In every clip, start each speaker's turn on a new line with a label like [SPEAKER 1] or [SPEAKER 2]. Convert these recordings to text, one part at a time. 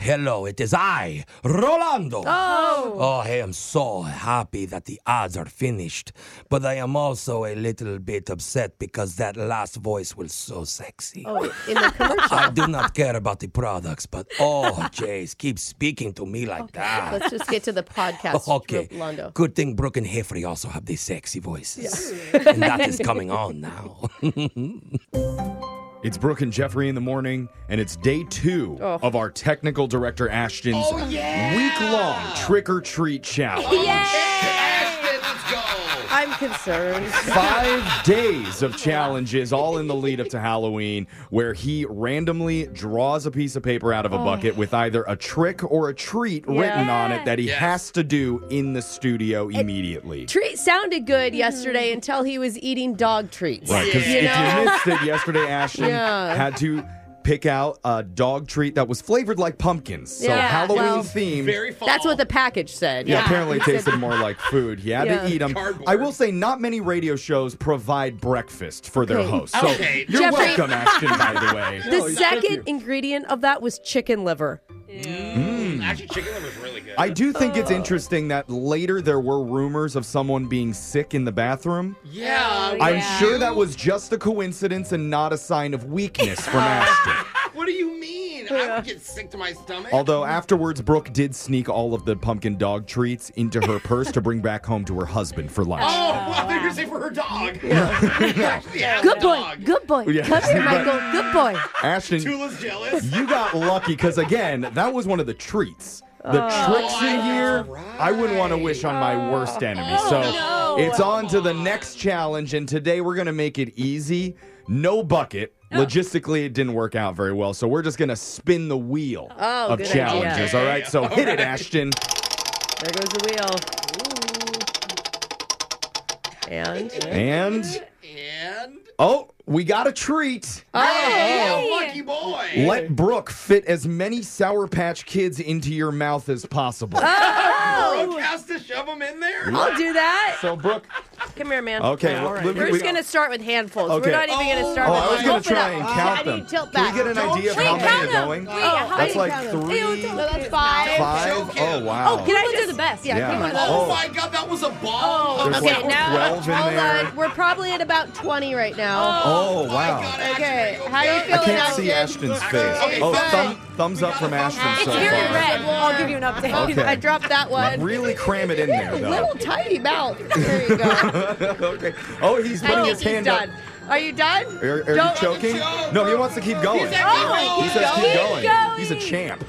[SPEAKER 1] Hello, it is I, Rolando. Oh. I am so happy that the odds are finished, but I am also a little bit upset because that last voice was so sexy.
[SPEAKER 2] Oh, in the commercial.
[SPEAKER 1] I do not care about the products, but oh, Jace, keep speaking to me like that.
[SPEAKER 2] Let's just get to the podcast.
[SPEAKER 1] Okay.
[SPEAKER 2] Rolando.
[SPEAKER 1] Good thing Brooke and Heffrey also have these sexy voices. and that is coming on now.
[SPEAKER 3] It's Brooke and Jeffrey in the morning, and it's day two
[SPEAKER 2] Oh.
[SPEAKER 3] of our technical director Ashton's week long trick or treat challenge.
[SPEAKER 2] I'm concerned.
[SPEAKER 3] Five days of challenges, all in the lead up to Halloween, where he randomly draws a piece of paper out of
[SPEAKER 2] Oh.
[SPEAKER 3] a bucket with either a trick or a treat written on it that he has to do in the studio immediately.
[SPEAKER 2] Treat sounded good yesterday until he was eating dog treats.
[SPEAKER 3] Right, because
[SPEAKER 2] You
[SPEAKER 3] if
[SPEAKER 2] know?
[SPEAKER 3] you missed it yesterday, Ashton
[SPEAKER 2] Yeah.
[SPEAKER 3] had to pick out a dog treat that was flavored like pumpkins. So
[SPEAKER 2] Yeah,
[SPEAKER 3] Halloween
[SPEAKER 2] well-
[SPEAKER 3] themed.
[SPEAKER 2] That's what the package said.
[SPEAKER 3] yeah, apparently it tasted more like food. He had
[SPEAKER 2] Yeah.
[SPEAKER 3] to eat them. I will say, not many radio shows provide breakfast for their
[SPEAKER 2] Okay.
[SPEAKER 3] hosts. So
[SPEAKER 4] Okay.
[SPEAKER 3] you're
[SPEAKER 2] Jeffrey-
[SPEAKER 3] welcome, Ashton, by the way.
[SPEAKER 2] The second ingredient of that was chicken liver.
[SPEAKER 4] Actually, chicken liver is really good.
[SPEAKER 3] Mm. I do think
[SPEAKER 2] Oh.
[SPEAKER 3] it's interesting that later there were rumors of someone being sick in the bathroom.
[SPEAKER 4] yeah.
[SPEAKER 3] I'm sure that was just a coincidence and not a sign of weakness from Ashton.
[SPEAKER 4] What do you mean? I would get sick to my stomach.
[SPEAKER 3] Although afterwards, Brooke did sneak all of the pumpkin dog treats into her purse to bring back home to her husband for lunch.
[SPEAKER 4] oh, well, I thought you were saying for her dog. Yeah.
[SPEAKER 2] Good boy. Good boy.
[SPEAKER 3] Yeah.
[SPEAKER 2] Come here,
[SPEAKER 3] But-
[SPEAKER 2] Michael. Good boy.
[SPEAKER 3] Ashton,
[SPEAKER 4] Tula's jealous.
[SPEAKER 3] you got lucky because, again, that was one of the treats. The
[SPEAKER 2] Oh.
[SPEAKER 3] tricks in here, I wouldn't want to wish on my worst enemy.
[SPEAKER 2] Oh,
[SPEAKER 3] so it's on to the next challenge, and today we're going to make it easy. No bucket. Logistically, it didn't work out very well, so we're just going to spin the wheel
[SPEAKER 2] Oh,
[SPEAKER 3] of
[SPEAKER 2] good
[SPEAKER 3] challenges.
[SPEAKER 2] idea.
[SPEAKER 3] All right, so hit it, Ashton.
[SPEAKER 2] There goes the wheel. And
[SPEAKER 3] And,
[SPEAKER 4] And
[SPEAKER 3] oh, we got a treat.
[SPEAKER 4] oh, lucky boy.
[SPEAKER 3] Let Brooke fit as many Sour Patch Kids into your mouth as possible.
[SPEAKER 2] Ah.
[SPEAKER 3] Oh.
[SPEAKER 4] Brooke has to shove them in there.
[SPEAKER 2] I'll do that.
[SPEAKER 3] So, Brooke,
[SPEAKER 2] Come here, man.
[SPEAKER 3] Okay,
[SPEAKER 2] Yeah,
[SPEAKER 3] well,
[SPEAKER 2] all right.
[SPEAKER 3] let me-
[SPEAKER 2] we're just
[SPEAKER 3] we-
[SPEAKER 2] gonna start with handfuls.
[SPEAKER 3] Okay.
[SPEAKER 2] We're not even gonna start
[SPEAKER 3] oh,
[SPEAKER 2] with.
[SPEAKER 3] I was
[SPEAKER 2] going
[SPEAKER 3] going
[SPEAKER 2] to
[SPEAKER 3] to try and count
[SPEAKER 2] I
[SPEAKER 3] them.
[SPEAKER 2] need to tilt
[SPEAKER 3] Can
[SPEAKER 2] back.
[SPEAKER 3] we get an
[SPEAKER 4] Don't
[SPEAKER 3] idea of
[SPEAKER 4] you
[SPEAKER 3] how many
[SPEAKER 4] count
[SPEAKER 3] are
[SPEAKER 4] them.
[SPEAKER 3] going?
[SPEAKER 2] Wait, how
[SPEAKER 3] That's
[SPEAKER 2] many
[SPEAKER 3] like
[SPEAKER 2] count them?
[SPEAKER 3] three,
[SPEAKER 2] Ew, don't-
[SPEAKER 4] Five.
[SPEAKER 3] five.
[SPEAKER 4] Don't
[SPEAKER 3] Oh
[SPEAKER 4] count.
[SPEAKER 3] wow.
[SPEAKER 2] Can I just the best? Yeah.
[SPEAKER 3] Yeah.
[SPEAKER 2] come on.
[SPEAKER 4] Oh,
[SPEAKER 3] Oh.
[SPEAKER 4] my god, that was a bomb.
[SPEAKER 3] There's
[SPEAKER 2] Okay,
[SPEAKER 3] Oh. like
[SPEAKER 2] now
[SPEAKER 3] 12 in
[SPEAKER 2] hold
[SPEAKER 3] there.
[SPEAKER 2] on. We're probably at about 20 right now.
[SPEAKER 3] oh
[SPEAKER 4] my God,
[SPEAKER 3] wow.
[SPEAKER 4] Ashton,
[SPEAKER 2] Okay,
[SPEAKER 4] are you
[SPEAKER 2] how you
[SPEAKER 4] okay?
[SPEAKER 2] feeling?
[SPEAKER 3] I can't
[SPEAKER 2] Ashton.
[SPEAKER 3] see Ashton's face.
[SPEAKER 4] Okay,
[SPEAKER 3] Oh,
[SPEAKER 4] fine.
[SPEAKER 3] thumb, thumbs
[SPEAKER 4] We
[SPEAKER 3] up
[SPEAKER 4] got
[SPEAKER 3] from
[SPEAKER 4] a thumbs
[SPEAKER 3] Ashton
[SPEAKER 4] up.
[SPEAKER 3] so
[SPEAKER 4] It's
[SPEAKER 2] very
[SPEAKER 3] far.
[SPEAKER 2] red.
[SPEAKER 5] I'll give you an update.
[SPEAKER 3] Okay.
[SPEAKER 2] I dropped that one.
[SPEAKER 3] Really cram it in there though.
[SPEAKER 2] Little tiny mouth. There you go.
[SPEAKER 3] okay. Oh, he's
[SPEAKER 2] I
[SPEAKER 3] putting
[SPEAKER 2] think
[SPEAKER 3] his
[SPEAKER 2] he's
[SPEAKER 3] hand
[SPEAKER 2] done.
[SPEAKER 3] up.
[SPEAKER 2] Are you done?
[SPEAKER 3] Are, are you
[SPEAKER 2] Don't-
[SPEAKER 3] choking?
[SPEAKER 4] choke.
[SPEAKER 3] No, he wants to keep going.
[SPEAKER 4] Oh,
[SPEAKER 3] He says keep
[SPEAKER 2] Keep
[SPEAKER 3] going.
[SPEAKER 5] going.
[SPEAKER 3] He's a champ.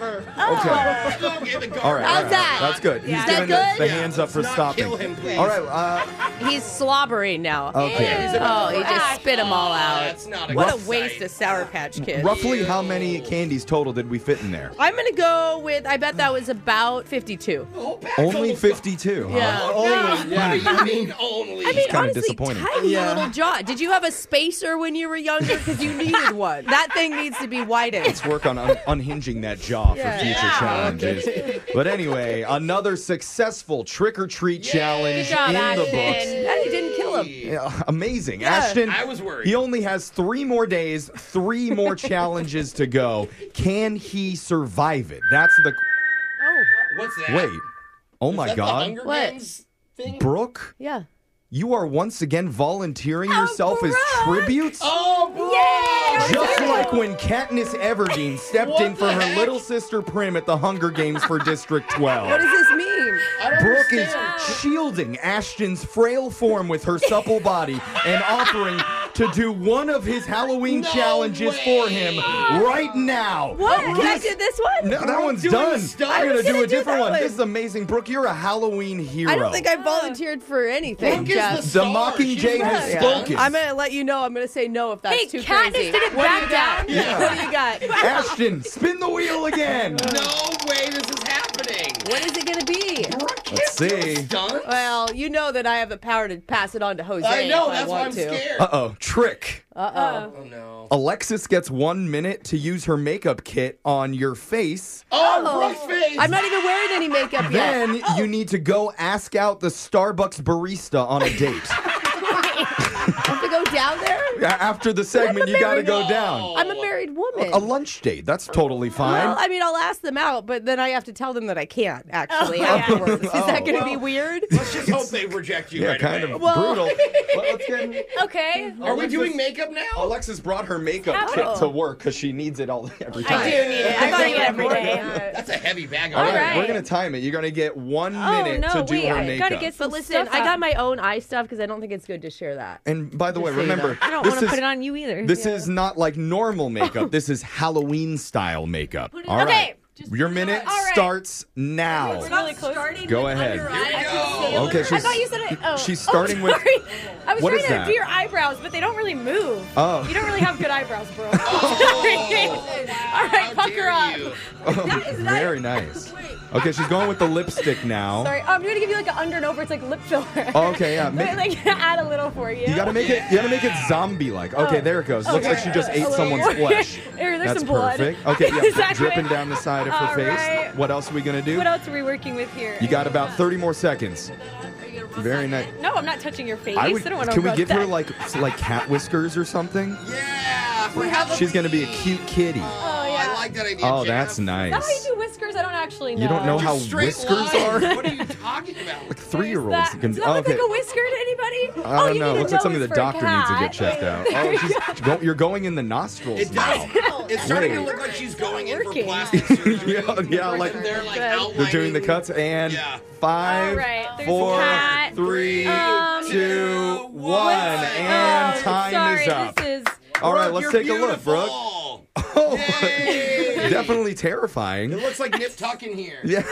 [SPEAKER 3] Okay.
[SPEAKER 4] Okay, the guard.
[SPEAKER 3] All right.
[SPEAKER 2] Oh. How's
[SPEAKER 3] all right.
[SPEAKER 2] that?
[SPEAKER 3] That's good. He's
[SPEAKER 2] Is that
[SPEAKER 3] giving the,
[SPEAKER 2] good?
[SPEAKER 3] the hands
[SPEAKER 4] Let's
[SPEAKER 3] up for
[SPEAKER 4] not
[SPEAKER 3] stopping.
[SPEAKER 4] kill him, please.
[SPEAKER 3] All right. Uh,
[SPEAKER 2] He's slobbering now.
[SPEAKER 3] okay.
[SPEAKER 2] Oh, he just spit them all out.
[SPEAKER 4] That's not a
[SPEAKER 5] What
[SPEAKER 4] good
[SPEAKER 5] a waste
[SPEAKER 4] sight.
[SPEAKER 5] of Sour Patch Kids.
[SPEAKER 3] Roughly how many candies total did we fit in there?
[SPEAKER 2] I'm gonna go with. I bet that was about 52.
[SPEAKER 4] Oh, back
[SPEAKER 3] Only
[SPEAKER 4] almost-
[SPEAKER 3] 52. huh?
[SPEAKER 2] Yeah.
[SPEAKER 4] What do you mean only?
[SPEAKER 2] I mean,
[SPEAKER 3] kinda
[SPEAKER 2] honestly,
[SPEAKER 3] disappointing.
[SPEAKER 2] tiny little jaw. Did you have a spacer when you were younger? Because you needed one. That thing needs to be widened.
[SPEAKER 3] Let's work on un- unhinging that jaw for
[SPEAKER 2] Yeah.
[SPEAKER 3] future
[SPEAKER 4] Yeah.
[SPEAKER 3] challenges. but anyway, another successful trick or treat challenge
[SPEAKER 5] Good job,
[SPEAKER 3] in the
[SPEAKER 5] Ashton.
[SPEAKER 3] books.
[SPEAKER 2] That he didn't kill him.
[SPEAKER 3] Yeah, amazing. Ashton,
[SPEAKER 4] I was worried.
[SPEAKER 3] He only has three more days, three more challenges to go. Can he survive it? That's the.
[SPEAKER 4] What's that?
[SPEAKER 3] Wait. Oh
[SPEAKER 4] Is that
[SPEAKER 3] my
[SPEAKER 4] the
[SPEAKER 3] God.
[SPEAKER 4] Hunger
[SPEAKER 2] What?
[SPEAKER 4] Games thing?
[SPEAKER 3] Brooke?
[SPEAKER 2] Yeah.
[SPEAKER 3] You are once again volunteering yourself as tributes?
[SPEAKER 4] Oh, bro.
[SPEAKER 3] Just like when Katniss Everdeen stepped
[SPEAKER 4] What
[SPEAKER 3] in for
[SPEAKER 4] the
[SPEAKER 3] her
[SPEAKER 4] heck?
[SPEAKER 3] little sister Prim at the Hunger Games for District 12.
[SPEAKER 2] What does this mean?
[SPEAKER 4] I don't
[SPEAKER 3] Brooke is
[SPEAKER 4] understand.
[SPEAKER 3] shielding Ashton's frail form with her supple body and offering to do one of his Halloween
[SPEAKER 4] No
[SPEAKER 3] challenges
[SPEAKER 4] way.
[SPEAKER 3] for him right now.
[SPEAKER 2] What? Can I do this one?
[SPEAKER 3] No, that one's
[SPEAKER 4] doing
[SPEAKER 3] done.
[SPEAKER 4] stuff.
[SPEAKER 3] I'm
[SPEAKER 4] I
[SPEAKER 3] gonna
[SPEAKER 2] was
[SPEAKER 3] do
[SPEAKER 2] gonna
[SPEAKER 3] a
[SPEAKER 2] do
[SPEAKER 3] different
[SPEAKER 2] that
[SPEAKER 3] one.
[SPEAKER 2] one.
[SPEAKER 3] This is amazing, Brooke. You're a Halloween hero.
[SPEAKER 2] I don't think I volunteered for anything,
[SPEAKER 4] Brooke is
[SPEAKER 2] Jeff.
[SPEAKER 4] the
[SPEAKER 3] the
[SPEAKER 4] star.
[SPEAKER 3] Mockingjay
[SPEAKER 4] She's
[SPEAKER 3] has
[SPEAKER 4] right.
[SPEAKER 3] spoken.
[SPEAKER 2] I'm gonna let you know. I'm gonna say no if that's
[SPEAKER 5] Hey,
[SPEAKER 2] too
[SPEAKER 5] Katniss
[SPEAKER 2] crazy.
[SPEAKER 5] didn't
[SPEAKER 2] what do
[SPEAKER 5] back
[SPEAKER 2] you got?
[SPEAKER 5] down.
[SPEAKER 3] Yeah.
[SPEAKER 2] What do you got?
[SPEAKER 3] Ashton, spin the wheel again.
[SPEAKER 4] No way this is happening.
[SPEAKER 2] What is it gonna be?
[SPEAKER 3] Let's see.
[SPEAKER 4] Done?
[SPEAKER 2] Well, you know that I have the power to pass it on to Jose.
[SPEAKER 4] I know,
[SPEAKER 2] if
[SPEAKER 4] that's
[SPEAKER 2] I
[SPEAKER 4] why
[SPEAKER 2] want
[SPEAKER 4] I'm
[SPEAKER 2] to.
[SPEAKER 4] scared.
[SPEAKER 3] Uh oh, trick.
[SPEAKER 4] oh, no.
[SPEAKER 3] Alexis gets one minute to use her makeup kit on your face.
[SPEAKER 4] Oh, Brooke's face.
[SPEAKER 2] I'm not even wearing any makeup yet.
[SPEAKER 3] Then you need to go ask out the Starbucks barista on a date.
[SPEAKER 2] I have to go go down there?
[SPEAKER 3] After the segment, you got to go down.
[SPEAKER 2] I'm a married woman.
[SPEAKER 3] A lunch date. That's totally fine.
[SPEAKER 2] Well, I mean, I'll ask them out, but then I have to tell them that I can't actually afterwards. Is that going to be weird?
[SPEAKER 4] Let's just hope they reject you
[SPEAKER 3] yeah,
[SPEAKER 4] right
[SPEAKER 3] kind
[SPEAKER 4] away.
[SPEAKER 3] of
[SPEAKER 2] Well-
[SPEAKER 3] brutal. But let's get-
[SPEAKER 5] Okay.
[SPEAKER 4] Are we doing makeup now?
[SPEAKER 3] Alexis brought her makeup kit to work because she needs it all every time.
[SPEAKER 5] I do need it.
[SPEAKER 2] I
[SPEAKER 5] I
[SPEAKER 2] thought
[SPEAKER 5] bring
[SPEAKER 2] you
[SPEAKER 5] it
[SPEAKER 2] had
[SPEAKER 5] every
[SPEAKER 2] more.
[SPEAKER 5] day.
[SPEAKER 4] That's a heavy bag of
[SPEAKER 3] All right,
[SPEAKER 5] right.
[SPEAKER 3] we're gonna time it. You're gonna get one minute
[SPEAKER 5] Oh, no,
[SPEAKER 3] to do
[SPEAKER 5] wait,
[SPEAKER 3] her
[SPEAKER 5] I
[SPEAKER 3] makeup.
[SPEAKER 5] gotta get some
[SPEAKER 2] But listen,
[SPEAKER 5] stuff
[SPEAKER 2] I
[SPEAKER 5] up.
[SPEAKER 2] got my own eye stuff because I don't think it's good to share that.
[SPEAKER 3] and by the way, remember,
[SPEAKER 5] I don't
[SPEAKER 3] this
[SPEAKER 5] want
[SPEAKER 3] is
[SPEAKER 5] to put it on you either.
[SPEAKER 3] this is not like normal makeup. this is Halloween style makeup.
[SPEAKER 5] it-
[SPEAKER 3] All right,
[SPEAKER 5] Okay, just
[SPEAKER 3] your minute
[SPEAKER 5] All right.
[SPEAKER 3] starts now.
[SPEAKER 5] really close.
[SPEAKER 3] Go ahead. Okay, she's
[SPEAKER 5] I thought you said it. Oh,
[SPEAKER 3] she's
[SPEAKER 5] oh,
[SPEAKER 3] starting with-
[SPEAKER 5] sorry. I was
[SPEAKER 3] What
[SPEAKER 5] trying
[SPEAKER 3] is
[SPEAKER 5] to
[SPEAKER 3] that?
[SPEAKER 5] do your eyebrows, but they don't really move.
[SPEAKER 3] Oh.
[SPEAKER 5] You don't really have good eyebrows, bro. Sorry. All right, pucker up.
[SPEAKER 4] you.
[SPEAKER 3] very nice. Okay, she's going with the lipstick now.
[SPEAKER 5] Sorry, Oh, I'm gonna give you like an under and over. It's like lip filler.
[SPEAKER 3] Okay, yeah. Make,
[SPEAKER 5] Wait, like add a little for you.
[SPEAKER 3] you gotta make it. You gotta make it zombie like. Okay, there it goes. Looks like she just ate
[SPEAKER 5] A little
[SPEAKER 3] someone's
[SPEAKER 5] more.
[SPEAKER 3] flesh.
[SPEAKER 5] Oh. There- there's
[SPEAKER 3] That's
[SPEAKER 5] some blood.
[SPEAKER 3] perfect. Okay, yeah,
[SPEAKER 5] Exactly.
[SPEAKER 3] dripping down the side of her
[SPEAKER 5] All
[SPEAKER 3] face.
[SPEAKER 5] right.
[SPEAKER 3] What else are we gonna do?
[SPEAKER 5] What else are we working with here?
[SPEAKER 3] You got about 30 more seconds. Very nice.
[SPEAKER 5] No, I'm not touching your face.
[SPEAKER 3] I
[SPEAKER 5] I,
[SPEAKER 3] would.
[SPEAKER 5] don't want to
[SPEAKER 3] Can we give her like s- like cat whiskers or something?
[SPEAKER 4] Yeah, for Halloween.
[SPEAKER 3] She's gonna be a cute kitty.
[SPEAKER 5] Oh
[SPEAKER 4] I
[SPEAKER 5] yeah.
[SPEAKER 4] like that idea.
[SPEAKER 3] Oh,
[SPEAKER 4] Jeff.
[SPEAKER 3] that's nice.
[SPEAKER 5] How do you do whiskers? I don't actually know.
[SPEAKER 3] You don't know
[SPEAKER 4] Just
[SPEAKER 3] how
[SPEAKER 4] straight
[SPEAKER 3] whiskers
[SPEAKER 4] lines.
[SPEAKER 3] are?
[SPEAKER 4] What are you talking about?
[SPEAKER 3] Three-year-olds
[SPEAKER 5] That,
[SPEAKER 3] can.
[SPEAKER 5] does
[SPEAKER 3] do-
[SPEAKER 5] that
[SPEAKER 3] Oh,
[SPEAKER 5] look
[SPEAKER 3] okay.
[SPEAKER 5] like a whisker to anybody?
[SPEAKER 3] I
[SPEAKER 5] oh,
[SPEAKER 3] don't
[SPEAKER 5] you
[SPEAKER 3] know.
[SPEAKER 5] Need to
[SPEAKER 3] Looks like something
[SPEAKER 5] it's
[SPEAKER 3] the
[SPEAKER 5] for a
[SPEAKER 3] doctor needs to
[SPEAKER 5] cat.
[SPEAKER 3] get checked out. Oh, she's, go- you're going in the nostrils
[SPEAKER 4] It does.
[SPEAKER 3] now.
[SPEAKER 4] It's starting to
[SPEAKER 3] Wait.
[SPEAKER 4] look like she's going in for
[SPEAKER 5] Working.
[SPEAKER 4] plastic surgery.
[SPEAKER 3] yeah, yeah, like
[SPEAKER 4] And they're like
[SPEAKER 3] they're doing the
[SPEAKER 4] outlining-
[SPEAKER 3] cuts and
[SPEAKER 4] Yeah.
[SPEAKER 3] five,
[SPEAKER 5] All right, there's a
[SPEAKER 3] four,
[SPEAKER 5] cat.
[SPEAKER 3] three,
[SPEAKER 5] Um,
[SPEAKER 3] two,
[SPEAKER 4] two,
[SPEAKER 3] one,
[SPEAKER 4] one.
[SPEAKER 3] and
[SPEAKER 5] Oh,
[SPEAKER 3] time
[SPEAKER 5] sorry,
[SPEAKER 3] is up.
[SPEAKER 5] This is
[SPEAKER 3] All right,
[SPEAKER 4] Brooke,
[SPEAKER 3] let's
[SPEAKER 4] you're
[SPEAKER 3] take a look, Brooke.
[SPEAKER 4] beautiful.
[SPEAKER 3] Oh,
[SPEAKER 4] Yay.
[SPEAKER 3] definitely terrifying.
[SPEAKER 4] It looks like Nip Tuck in here.
[SPEAKER 3] Yeah.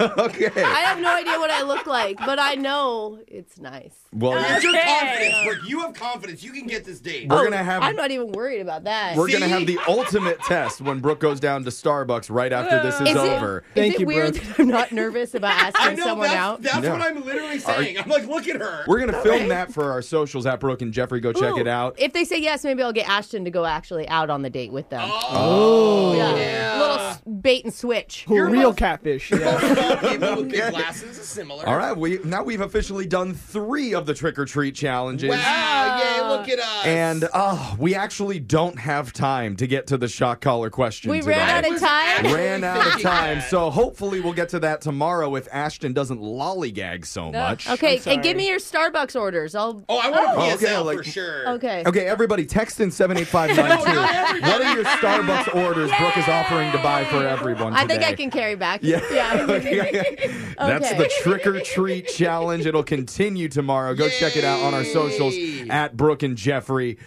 [SPEAKER 3] okay.
[SPEAKER 2] I have no idea what I look like, but I know it's nice.
[SPEAKER 3] Well,
[SPEAKER 4] It's your
[SPEAKER 5] Okay.
[SPEAKER 4] confidence, Brooke. You have confidence. You can get this date.
[SPEAKER 5] oh,
[SPEAKER 3] we're gonna have
[SPEAKER 2] I'm not even worried about that.
[SPEAKER 3] we're
[SPEAKER 2] Is
[SPEAKER 3] gonna have
[SPEAKER 4] See?
[SPEAKER 3] the ultimate test when Brooke goes down to Starbucks right after this is,
[SPEAKER 2] it,
[SPEAKER 3] over.
[SPEAKER 2] is
[SPEAKER 6] Thank
[SPEAKER 2] it
[SPEAKER 6] you,
[SPEAKER 2] weird
[SPEAKER 6] Brooke.
[SPEAKER 2] that I'm not nervous about
[SPEAKER 4] I
[SPEAKER 2] asking
[SPEAKER 4] know
[SPEAKER 2] someone
[SPEAKER 4] that's,
[SPEAKER 2] out?
[SPEAKER 4] that's
[SPEAKER 3] Yeah.
[SPEAKER 4] what I'm literally saying. I'm like, look at her.
[SPEAKER 3] We're gonna film that for our socials at Brooke and Jeffrey. Go check
[SPEAKER 2] Ooh,
[SPEAKER 3] it out.
[SPEAKER 2] If they say yes, maybe I'll get Ashton to go actually out on the date with them.
[SPEAKER 4] oh,
[SPEAKER 2] yeah.
[SPEAKER 4] yeah.
[SPEAKER 2] Little s- bait and switch.
[SPEAKER 6] real catfish. Yeah.
[SPEAKER 4] people with big glasses is similar.
[SPEAKER 3] All right, we now we've officially done three of the trick or treat challenges.
[SPEAKER 4] Wow, yeah, look at us.
[SPEAKER 3] And uh, we actually don't have time to get to the shock collar question
[SPEAKER 2] We
[SPEAKER 3] today.
[SPEAKER 2] ran out of time.
[SPEAKER 3] Ran out of time, so hopefully we'll get to that tomorrow if Ashton doesn't lollygag so much.
[SPEAKER 2] Okay, and give me your Starbucks orders. I'll.
[SPEAKER 4] oh, I want to
[SPEAKER 3] Oh,
[SPEAKER 4] PSL
[SPEAKER 3] okay, like-
[SPEAKER 4] for sure.
[SPEAKER 2] Okay.
[SPEAKER 3] Okay, everybody, text in 78592. what are your Starbucks orders Brooke is offering to buy for everyone today?
[SPEAKER 2] I think I can carry back.
[SPEAKER 3] Yeah.
[SPEAKER 2] yeah.
[SPEAKER 3] That's
[SPEAKER 2] Okay.
[SPEAKER 3] the trick or treat challenge. It'll continue tomorrow. Go check it out on our socials
[SPEAKER 4] Yay.
[SPEAKER 3] at Brooke and Jeffrey.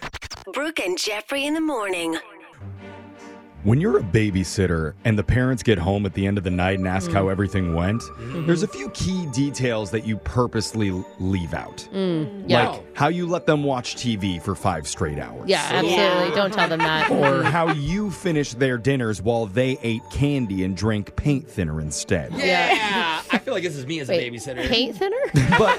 [SPEAKER 7] Brooke and Jeffrey in the morning.
[SPEAKER 3] When you're a babysitter and the parents get home at the end of the night and
[SPEAKER 2] Mm-hmm.
[SPEAKER 3] ask how everything went, there's a few key details that you purposely l- leave out.
[SPEAKER 2] Mm, yeah.
[SPEAKER 3] Like how you let them watch TV for five straight hours.
[SPEAKER 2] Yeah, absolutely. Don't tell them that.
[SPEAKER 3] Or how you finish their dinners while they ate candy and drank paint thinner instead.
[SPEAKER 4] Yeah. I feel like this is me as a
[SPEAKER 2] Wait,
[SPEAKER 4] babysitter.
[SPEAKER 2] Paint thinner?
[SPEAKER 3] But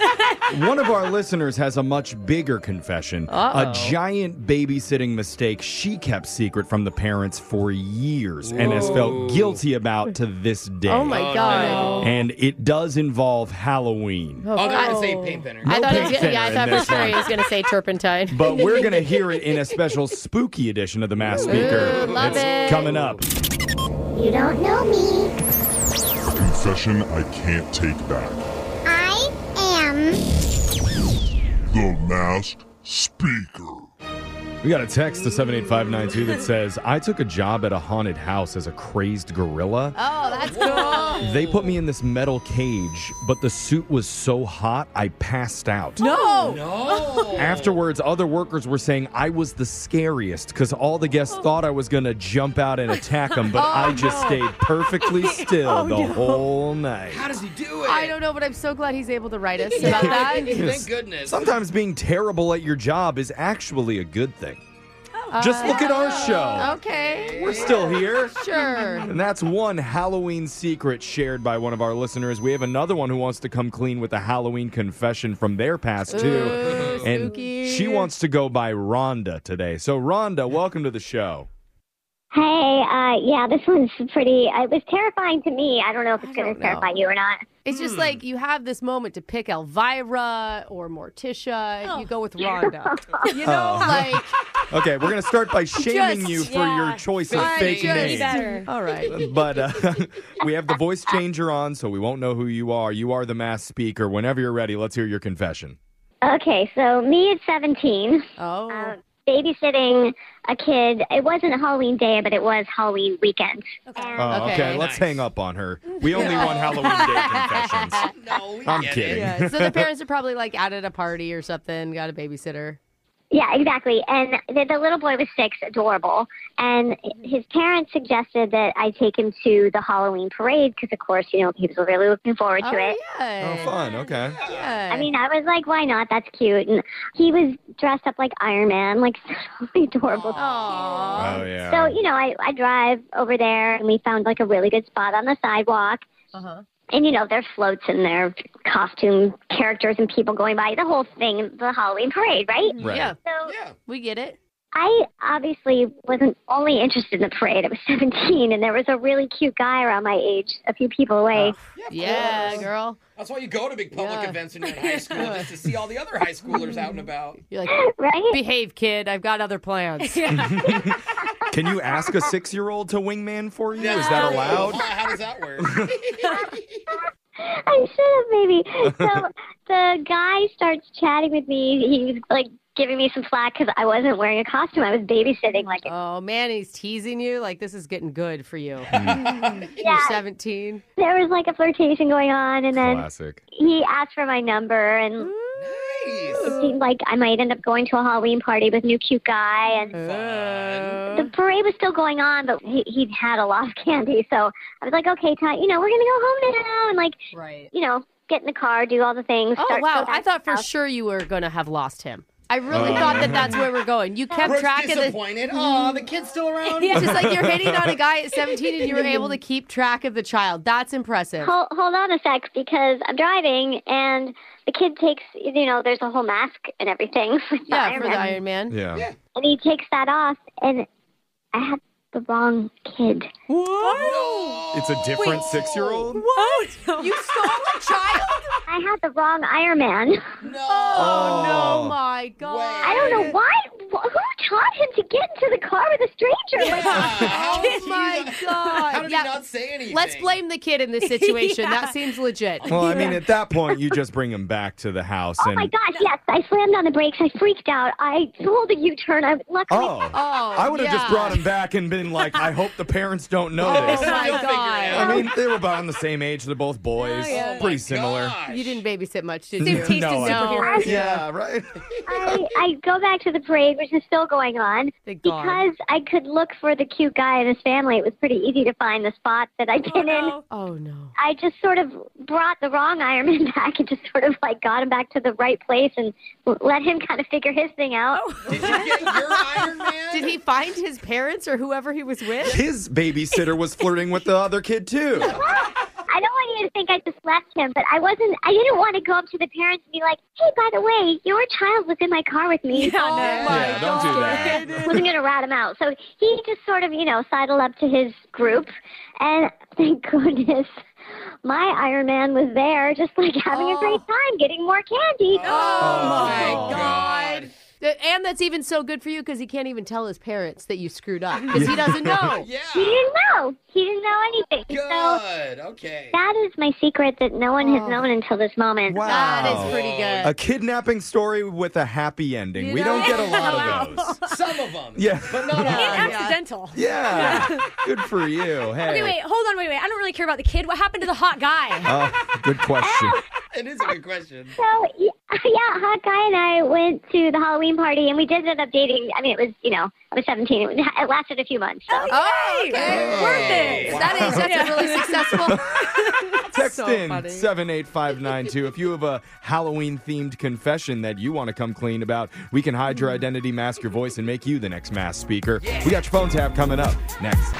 [SPEAKER 3] one of our listeners has a much bigger confession a giant babysitting mistake she kept secret from the parents for years and has felt guilty about to this day.
[SPEAKER 2] Oh my god.
[SPEAKER 3] And it does involve Halloween.
[SPEAKER 4] Oh, they're going to say paint thinner.
[SPEAKER 2] I thought it was,
[SPEAKER 3] paint
[SPEAKER 2] gonna- yeah, I
[SPEAKER 3] thinner
[SPEAKER 2] thought
[SPEAKER 3] in
[SPEAKER 2] for
[SPEAKER 3] this
[SPEAKER 2] sure
[SPEAKER 3] one.
[SPEAKER 2] he was gonna say turpentine.
[SPEAKER 3] But we're going to hear it in a special spooky edition of the Mass Speaker.
[SPEAKER 2] Ooh, love
[SPEAKER 3] it's
[SPEAKER 2] it.
[SPEAKER 3] coming up.
[SPEAKER 8] You don't know me.
[SPEAKER 9] Confession I can't take back.
[SPEAKER 8] I am.
[SPEAKER 9] The masked speaker.
[SPEAKER 3] We got a text to 78592 that says, I took a job at a haunted house as a crazed gorilla.
[SPEAKER 2] Oh, that's cool.
[SPEAKER 3] They put me in this metal cage, but the suit was so hot I passed out.
[SPEAKER 2] No.
[SPEAKER 4] No.
[SPEAKER 3] Afterwards, other workers were saying I was the scariest because all the guests
[SPEAKER 2] Oh.
[SPEAKER 3] thought I was going to jump out and attack them, but I just stayed
[SPEAKER 2] Oh,
[SPEAKER 3] perfectly still the whole
[SPEAKER 4] How
[SPEAKER 3] night.
[SPEAKER 4] does he do it?
[SPEAKER 2] I don't know, but I'm so glad he's able to write us about that.
[SPEAKER 4] Thank goodness.
[SPEAKER 3] Sometimes being terrible at your job is actually a good thing. Just look at our show.
[SPEAKER 2] Oh. Okay.
[SPEAKER 3] We're still here.
[SPEAKER 2] Sure.
[SPEAKER 3] And that's one Halloween secret shared by one of our listeners. We have another one who wants to come clean with a Halloween confession from their past, too.
[SPEAKER 2] Ooh,
[SPEAKER 3] and
[SPEAKER 2] spooky.
[SPEAKER 3] she wants to go by Rhonda today. So, Rhonda, welcome to the show.
[SPEAKER 8] Hey, uh, yeah, this one's pretty. It was terrifying to me. I don't know if it's going
[SPEAKER 2] don't
[SPEAKER 8] to
[SPEAKER 2] know.
[SPEAKER 8] terrify you or not.
[SPEAKER 2] It's just
[SPEAKER 3] Hmm.
[SPEAKER 2] like you have this moment to pick Elvira or Morticia. You go with Rhonda. You know,
[SPEAKER 3] Oh.
[SPEAKER 2] like
[SPEAKER 3] Okay, we're gonna start by shaming
[SPEAKER 2] Just-
[SPEAKER 3] you for
[SPEAKER 5] yeah.
[SPEAKER 3] your choice of
[SPEAKER 5] All right,
[SPEAKER 3] fake
[SPEAKER 5] Jody,
[SPEAKER 3] names.
[SPEAKER 5] better.
[SPEAKER 2] all right.
[SPEAKER 3] but uh, we have the voice changer on, so we won't know who you are. You are the mass speaker. Whenever you're ready, let's hear your confession.
[SPEAKER 8] Okay, so me at 17,
[SPEAKER 2] Oh,
[SPEAKER 8] babysitting a kid. It wasn't Halloween day, but it was Halloween weekend. And
[SPEAKER 3] Oh, okay,
[SPEAKER 2] Okay.
[SPEAKER 3] let's hang up on her. We only want Halloween day confessions.
[SPEAKER 4] No, we
[SPEAKER 3] I'm
[SPEAKER 4] get
[SPEAKER 3] kidding.
[SPEAKER 4] It.
[SPEAKER 2] yeah. So the parents are probably like out at a party or something. Got a babysitter.
[SPEAKER 8] Yeah, exactly. And the, the little boy was six, adorable. And his parents suggested that I take him to the Halloween parade because, of course, you know, he was really looking forward to
[SPEAKER 2] Oh
[SPEAKER 8] it.
[SPEAKER 2] yeah.
[SPEAKER 3] Oh, fun. Okay.
[SPEAKER 2] Yeah.
[SPEAKER 8] I mean, I was like, why not? That's cute. And he was dressed up like Iron Man, like so adorable.
[SPEAKER 2] Aw.
[SPEAKER 3] Oh
[SPEAKER 8] So,
[SPEAKER 3] yeah.
[SPEAKER 8] you know, I, I drive over there and we found like a really good spot on the sidewalk.
[SPEAKER 2] Uh-huh.
[SPEAKER 8] And, you know, their floats and their costume characters and people going by, the whole thing, the Halloween parade, right?
[SPEAKER 3] Right.
[SPEAKER 2] Yeah,
[SPEAKER 8] So
[SPEAKER 4] Yeah.
[SPEAKER 2] we get it.
[SPEAKER 8] I obviously wasn't only interested in the parade. I was 17 and there was a really cute guy around my age, a few people away.
[SPEAKER 4] Yeah, of
[SPEAKER 2] Yeah,
[SPEAKER 4] course.
[SPEAKER 2] girl.
[SPEAKER 4] That's why you go to big public
[SPEAKER 2] Yeah.
[SPEAKER 4] events when you're in high school, just to see all the other high schoolers out and about.
[SPEAKER 2] You're like,
[SPEAKER 8] Right?
[SPEAKER 2] behave, kid. I've got other plans.
[SPEAKER 3] Can you ask a six-year-old to wingman for you? Is that
[SPEAKER 4] That's
[SPEAKER 3] allowed?
[SPEAKER 4] cool. How does that work?
[SPEAKER 8] I should have maybe. So the guy starts chatting with me. He's like giving me some flack because I wasn't wearing a costume. I was babysitting. Like,
[SPEAKER 2] oh man, he's teasing you. Like this is getting good for you.
[SPEAKER 3] Hmm.
[SPEAKER 2] You're
[SPEAKER 8] yeah,
[SPEAKER 2] 17.
[SPEAKER 8] there was like a flirtation going on, and then
[SPEAKER 3] Classic.
[SPEAKER 8] he asked for my number, and
[SPEAKER 4] nice.
[SPEAKER 8] it seemed like I might end up going to a Halloween party with new cute guy. And
[SPEAKER 2] Uh,
[SPEAKER 8] the parade was still going on, but he he had a lot of candy, so I was like, okay, Ty, you know, we're gonna go home now, and like,
[SPEAKER 2] right.
[SPEAKER 8] you know, get in the car, do all the things.
[SPEAKER 2] Oh
[SPEAKER 8] start-
[SPEAKER 2] wow,
[SPEAKER 8] go back
[SPEAKER 2] I
[SPEAKER 8] to
[SPEAKER 2] thought
[SPEAKER 8] the
[SPEAKER 2] for
[SPEAKER 8] house.
[SPEAKER 2] sure you were gonna have lost him. I really
[SPEAKER 4] Oh.
[SPEAKER 2] thought that that's where we're going. You kept
[SPEAKER 4] Brooke's
[SPEAKER 2] track of the.
[SPEAKER 4] disappointed. Oh, the kid's still around.
[SPEAKER 2] Yeah, just like you're hitting on a guy at 17 and you were able to keep track of the child. That's impressive.
[SPEAKER 8] Hold, hold on a sec because I'm driving and the kid takes, you know, there's a whole mask and everything. with the
[SPEAKER 2] Yeah,
[SPEAKER 8] Iron
[SPEAKER 2] for the
[SPEAKER 8] Man.
[SPEAKER 2] Iron Man.
[SPEAKER 3] Yeah.
[SPEAKER 8] And he takes that off and I had the wrong kid.
[SPEAKER 2] Oh,
[SPEAKER 3] It's a different six-year-old.
[SPEAKER 5] Oh,
[SPEAKER 2] What? You stole a child?
[SPEAKER 8] I had the wrong Iron Man.
[SPEAKER 2] Oh,
[SPEAKER 3] Oh.
[SPEAKER 2] no, my God.
[SPEAKER 8] I don't know why. wh- Who taught him to get into the car with a stranger? Like,
[SPEAKER 4] How did
[SPEAKER 2] Oh
[SPEAKER 4] he
[SPEAKER 2] my
[SPEAKER 4] not-
[SPEAKER 2] god!
[SPEAKER 4] How did
[SPEAKER 2] Yeah,
[SPEAKER 4] he not say anything?
[SPEAKER 2] Let's blame the kid in this situation. That seems legit. Oh,
[SPEAKER 3] Well, I mean, at that point, you just bring him back to the house
[SPEAKER 8] oh
[SPEAKER 3] and.
[SPEAKER 8] my gosh, yes. I slammed on the brakes. I freaked out. I pulled a U turn. I luckily.
[SPEAKER 3] Oh.
[SPEAKER 2] Oh,
[SPEAKER 3] I would have just
[SPEAKER 2] yeah.
[SPEAKER 3] brought him back and been like, I hope the parents don't know
[SPEAKER 2] Oh
[SPEAKER 3] this.
[SPEAKER 2] my
[SPEAKER 4] You'll figure it
[SPEAKER 2] god!
[SPEAKER 4] out.
[SPEAKER 3] I mean, they were about on the same age. They're both boys.
[SPEAKER 4] Oh my
[SPEAKER 3] Pretty similar.
[SPEAKER 4] gosh.
[SPEAKER 2] You didn't babysit much, did you?
[SPEAKER 3] Teased No, as
[SPEAKER 2] no.
[SPEAKER 3] I- Yeah, right?
[SPEAKER 8] I, I go back to the parade, which is still going on,
[SPEAKER 2] Thank God.
[SPEAKER 8] because I could look for the cute guy and his family. It was pretty easy to find the spot that I'd been in.
[SPEAKER 2] Oh no!
[SPEAKER 8] I just sort of brought the wrong Iron Man back and just sort of like got him back to the right place and l- let him kind of figure his thing out.
[SPEAKER 2] Oh.
[SPEAKER 4] Did you get your Iron Man?
[SPEAKER 2] Did he find his parents or whoever he was with?
[SPEAKER 3] His babysitter was flirting with the other kid, too.
[SPEAKER 8] I don't want you to think I just left him, but I wasn't. I didn't want to go up to the parents and be like, "Hey, by the way, your child was in my car with me."
[SPEAKER 2] oh my
[SPEAKER 3] yeah, don't do that.
[SPEAKER 8] I wasn't going to rat him out. So he just sort of, you know, sidled up to his group, and thank goodness. My Iron Man was there, just like having a great time, getting more candy.
[SPEAKER 2] Oh. my
[SPEAKER 4] Oh,
[SPEAKER 2] God. Th- And that's even so good for you because he can't even tell his parents that you screwed up because he doesn't know.
[SPEAKER 4] Yeah.
[SPEAKER 8] He didn't know. He didn't know anything. So
[SPEAKER 4] Good. Okay.
[SPEAKER 8] That is my secret that no one has known until this moment.
[SPEAKER 3] Wow.
[SPEAKER 2] Oh. That is pretty good.
[SPEAKER 3] A kidnapping story with a happy ending. we don't get a lot of those.
[SPEAKER 4] Some of them.
[SPEAKER 3] Yeah.
[SPEAKER 4] But not all.
[SPEAKER 5] And accidental.
[SPEAKER 3] Yeah. Good for you. Hey.
[SPEAKER 5] Okay, wait, hold on, wait, wait. I don't really care about the kid. What happened to the hot guy?
[SPEAKER 3] Uh, good question.
[SPEAKER 4] It is a good question.
[SPEAKER 8] So, y- yeah, Hot Guy and I went to the Halloween party, and we did end up dating. I mean, it was, you know, I was 17. It, was, it lasted a few months. So.
[SPEAKER 2] Oh, okay.
[SPEAKER 5] Worth it.
[SPEAKER 2] That is that's a really successful.
[SPEAKER 3] Text
[SPEAKER 2] so
[SPEAKER 3] in
[SPEAKER 2] funny.
[SPEAKER 3] 78592 if you have a Halloween themed confession that you want to come clean about. We can hide
[SPEAKER 2] Mm-hmm.
[SPEAKER 3] your identity, mask your voice, and make you the next mass speaker. We got your phone tab coming up next.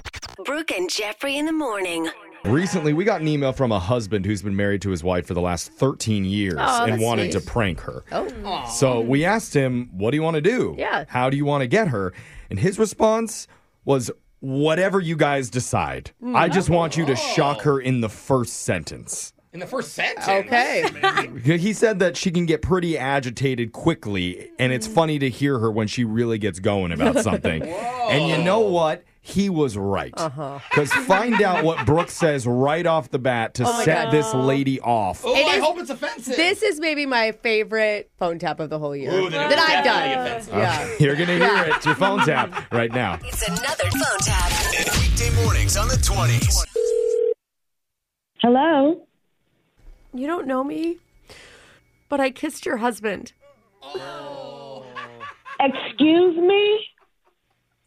[SPEAKER 7] Brooke and Jeffrey in the morning.
[SPEAKER 3] Recently, we got an email from a husband who's been married to his wife for the last 13 years
[SPEAKER 2] Oh,
[SPEAKER 3] and wanted to prank her. Oh. So we asked him, What do you want to do?
[SPEAKER 2] Yeah.
[SPEAKER 3] How do you want to get her? And his response was,
[SPEAKER 2] Oh.
[SPEAKER 3] Whatever you guys decide. I just want you to shock her in the first sentence.
[SPEAKER 10] in the first sentence.
[SPEAKER 2] Okay.
[SPEAKER 3] He said that she can get pretty agitated quickly, and it's funny to hear her when she really gets going about something. and you know what? He was right. Because find out what Brooke says right off the bat to set this lady off.
[SPEAKER 10] Oh,
[SPEAKER 2] It
[SPEAKER 10] I
[SPEAKER 2] is-
[SPEAKER 10] hope it's offensive.
[SPEAKER 2] This is maybe my favorite phone tap of the whole year
[SPEAKER 10] Ooh, then
[SPEAKER 2] that
[SPEAKER 10] it's
[SPEAKER 2] I've done.
[SPEAKER 10] definitely offensive.
[SPEAKER 2] Yeah.
[SPEAKER 3] Uh, You're going to hear it. It's your phone tap right now.
[SPEAKER 5] It's another phone tap.
[SPEAKER 11] Weekday mornings on the 20s.
[SPEAKER 12] Hello.
[SPEAKER 2] You don't know me, but I kissed your husband.
[SPEAKER 12] Excuse me?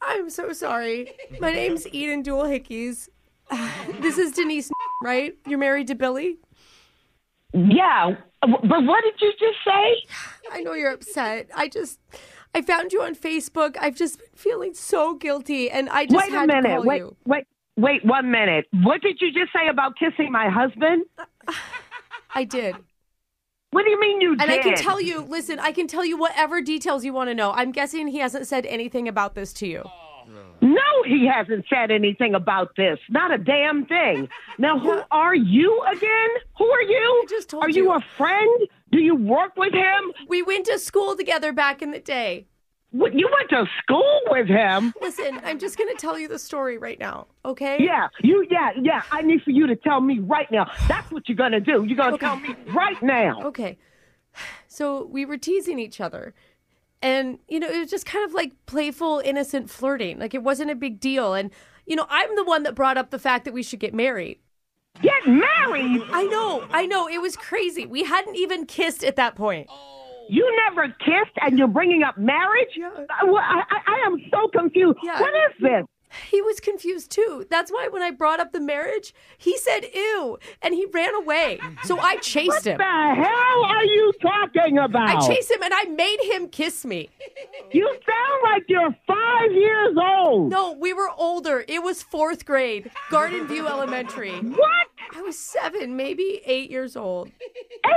[SPEAKER 2] I'm so sorry. My name's Eden Dual Hickeys. This is Denise, right? You're married to Billy?
[SPEAKER 12] Yeah. w- But what did you just say?
[SPEAKER 2] I know you're upset. I just, I found you on Facebook. I've just been feeling so guilty, and I just
[SPEAKER 12] wait
[SPEAKER 2] had
[SPEAKER 12] a
[SPEAKER 2] to
[SPEAKER 12] minute.
[SPEAKER 2] call
[SPEAKER 12] Wait,
[SPEAKER 2] you.
[SPEAKER 12] wait, wait one minute. What did you just say about kissing my husband?
[SPEAKER 2] I did,
[SPEAKER 12] What do you mean you
[SPEAKER 2] and
[SPEAKER 12] did?
[SPEAKER 2] I can tell you. Listen, I can tell you whatever details you want to know. I'm guessing he hasn't said anything about this to you.
[SPEAKER 12] No, he hasn't said anything about this. Not a damn thing. Now, who are you again? Who are you?
[SPEAKER 2] just told
[SPEAKER 12] are you.
[SPEAKER 2] you.
[SPEAKER 12] a friend? Do you work with him?
[SPEAKER 2] We went to school together back in the day.
[SPEAKER 12] What- You went to school with him?
[SPEAKER 2] Listen, I'm just going to tell you the story right now, okay?
[SPEAKER 12] Yeah, you. Yeah, yeah. I need for you to tell me right now. That's what you're gonna do. You're gonna tell me right now.
[SPEAKER 2] Okay. So we were teasing each other. And, you know, it was just kind of like playful, innocent flirting. Like it wasn't a big deal. And, you know, I'm the one that brought up the fact that we should get married.
[SPEAKER 12] Get married.
[SPEAKER 2] I know, I know. It was crazy. We hadn't even kissed at that point.
[SPEAKER 12] You never kissed, and you're bringing up marriage. I, well, I, I- I am so confused.
[SPEAKER 2] Yeah.
[SPEAKER 12] What is this?
[SPEAKER 2] He was confused too. That's why when I brought up the marriage, he said, ew, and he ran away. So I chased him.
[SPEAKER 12] The hell are you talking about?
[SPEAKER 2] I chased him and I made him kiss me.
[SPEAKER 12] You sound like you're five years old.
[SPEAKER 2] No, we were older. It was fourth grade, Garden View Elementary.
[SPEAKER 12] What?
[SPEAKER 2] I was seven, maybe eight years old.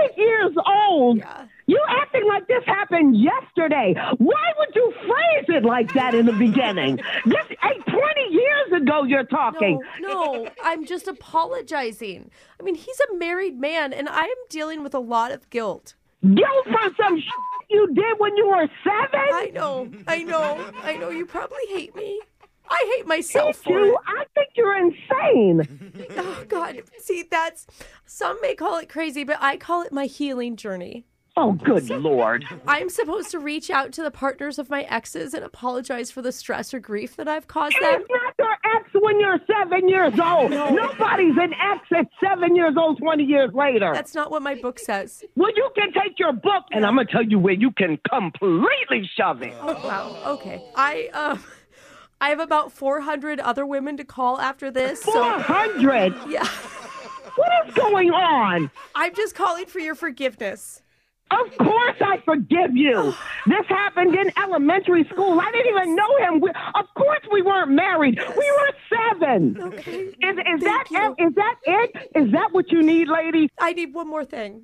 [SPEAKER 12] Eight years old?
[SPEAKER 2] Yeah.
[SPEAKER 12] You acting like this happened yesterday. Why would you phrase it like that in the beginning? this eight, 20 years ago you're talking.
[SPEAKER 2] No, no, I'm just apologizing. I mean, he's a married man, and I am dealing with a lot of guilt.
[SPEAKER 12] Guilt for some shit you did when you were seven?
[SPEAKER 2] I know, I know, I know. You probably hate me. I hate myself
[SPEAKER 12] Thank
[SPEAKER 2] for
[SPEAKER 12] you.
[SPEAKER 2] it.
[SPEAKER 12] I think you're insane.
[SPEAKER 2] Oh God! See, that's some may call it crazy, but I call it my healing journey.
[SPEAKER 12] Oh, good Lord.
[SPEAKER 2] I'm supposed to reach out to the partners of my exes and apologize for the stress or grief that I've caused them.
[SPEAKER 12] It's not your ex when you're seven years old. Nobody's an ex at seven years old 20 years later.
[SPEAKER 2] That's not what my book says.
[SPEAKER 12] Well, you can take your book, and I'm going to tell you where you can completely shove it.
[SPEAKER 2] Oh, Wow. Okay. I um, I have about 400 other women to call after this. So
[SPEAKER 12] 400?
[SPEAKER 2] yeah,
[SPEAKER 12] What is going on?
[SPEAKER 2] I'm just calling for your forgiveness.
[SPEAKER 12] Of course I forgive you. This happened in elementary school. I didn't even know him. We, of course we weren't married. We were seven. Is, is that
[SPEAKER 2] you.
[SPEAKER 12] it? is that it? Is that what you need, lady?
[SPEAKER 2] I need one more thing.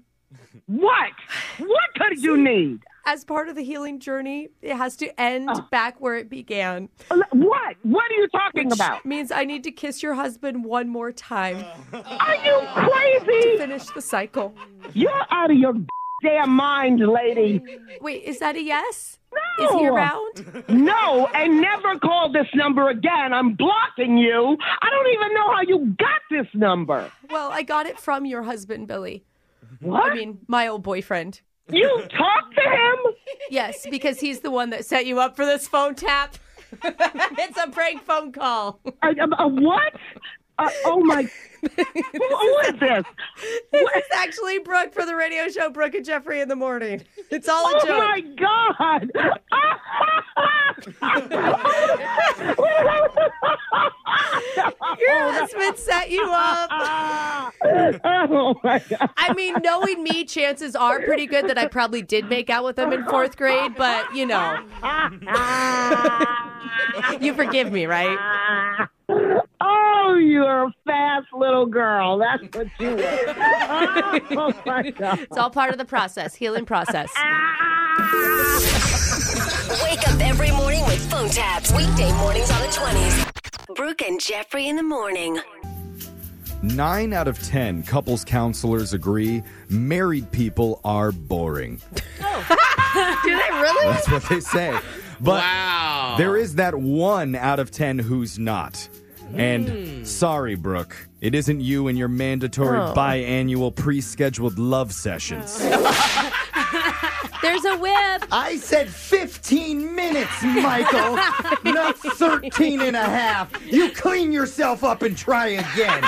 [SPEAKER 12] What? What could you need?
[SPEAKER 2] As part of the healing journey, it has to end back where it began.
[SPEAKER 12] What? What are you talking about?
[SPEAKER 2] Means I need to kiss your husband one more time
[SPEAKER 12] Are you
[SPEAKER 2] to
[SPEAKER 12] crazy?
[SPEAKER 2] finish the cycle.
[SPEAKER 12] You're out of your damn mind, lady.
[SPEAKER 2] Wait, is that a yes?
[SPEAKER 12] No.
[SPEAKER 2] Is he around?
[SPEAKER 12] No, and never call this number again. I'm blocking you. I don't even know how you got this number.
[SPEAKER 2] Well, I got it from your husband, Billy.
[SPEAKER 12] What?
[SPEAKER 2] I mean, my old boyfriend.
[SPEAKER 12] you talked to him?
[SPEAKER 2] Yes, because he's the one that set you up for this phone tap. it's a prank phone call.
[SPEAKER 12] A, a, a uh, what? Uh, oh my! Who, who is this? What?
[SPEAKER 2] It's actually Brooke for the radio show Brooke and Jeffrey in the morning. It's all a
[SPEAKER 12] Oh
[SPEAKER 2] joke.
[SPEAKER 12] my God!
[SPEAKER 2] Your husband set you up. Ah.
[SPEAKER 12] oh my God!
[SPEAKER 2] I mean, knowing me, chances are pretty good that I probably did make out with him in fourth grade, but you know, Ah. you forgive me, right?
[SPEAKER 12] Oh, you're a fast little girl. That's what you are. Oh my God!
[SPEAKER 2] It's all part of the process, healing process.
[SPEAKER 5] Wake up every morning with phone taps. Weekday mornings on the 20s. Brooke and Jeffrey in the morning.
[SPEAKER 3] Nine out of 10 couples counselors agree married people are boring.
[SPEAKER 2] Do they really?
[SPEAKER 3] That's what they say. But there is that one out of 10 who's not. And sorry, Brooke, it isn't you and your mandatory
[SPEAKER 2] Oh.
[SPEAKER 3] biannual pre scheduled love sessions.
[SPEAKER 2] There's a whip.
[SPEAKER 4] I said 15 minutes, Michael, not 13 and a half. You clean yourself up and try again.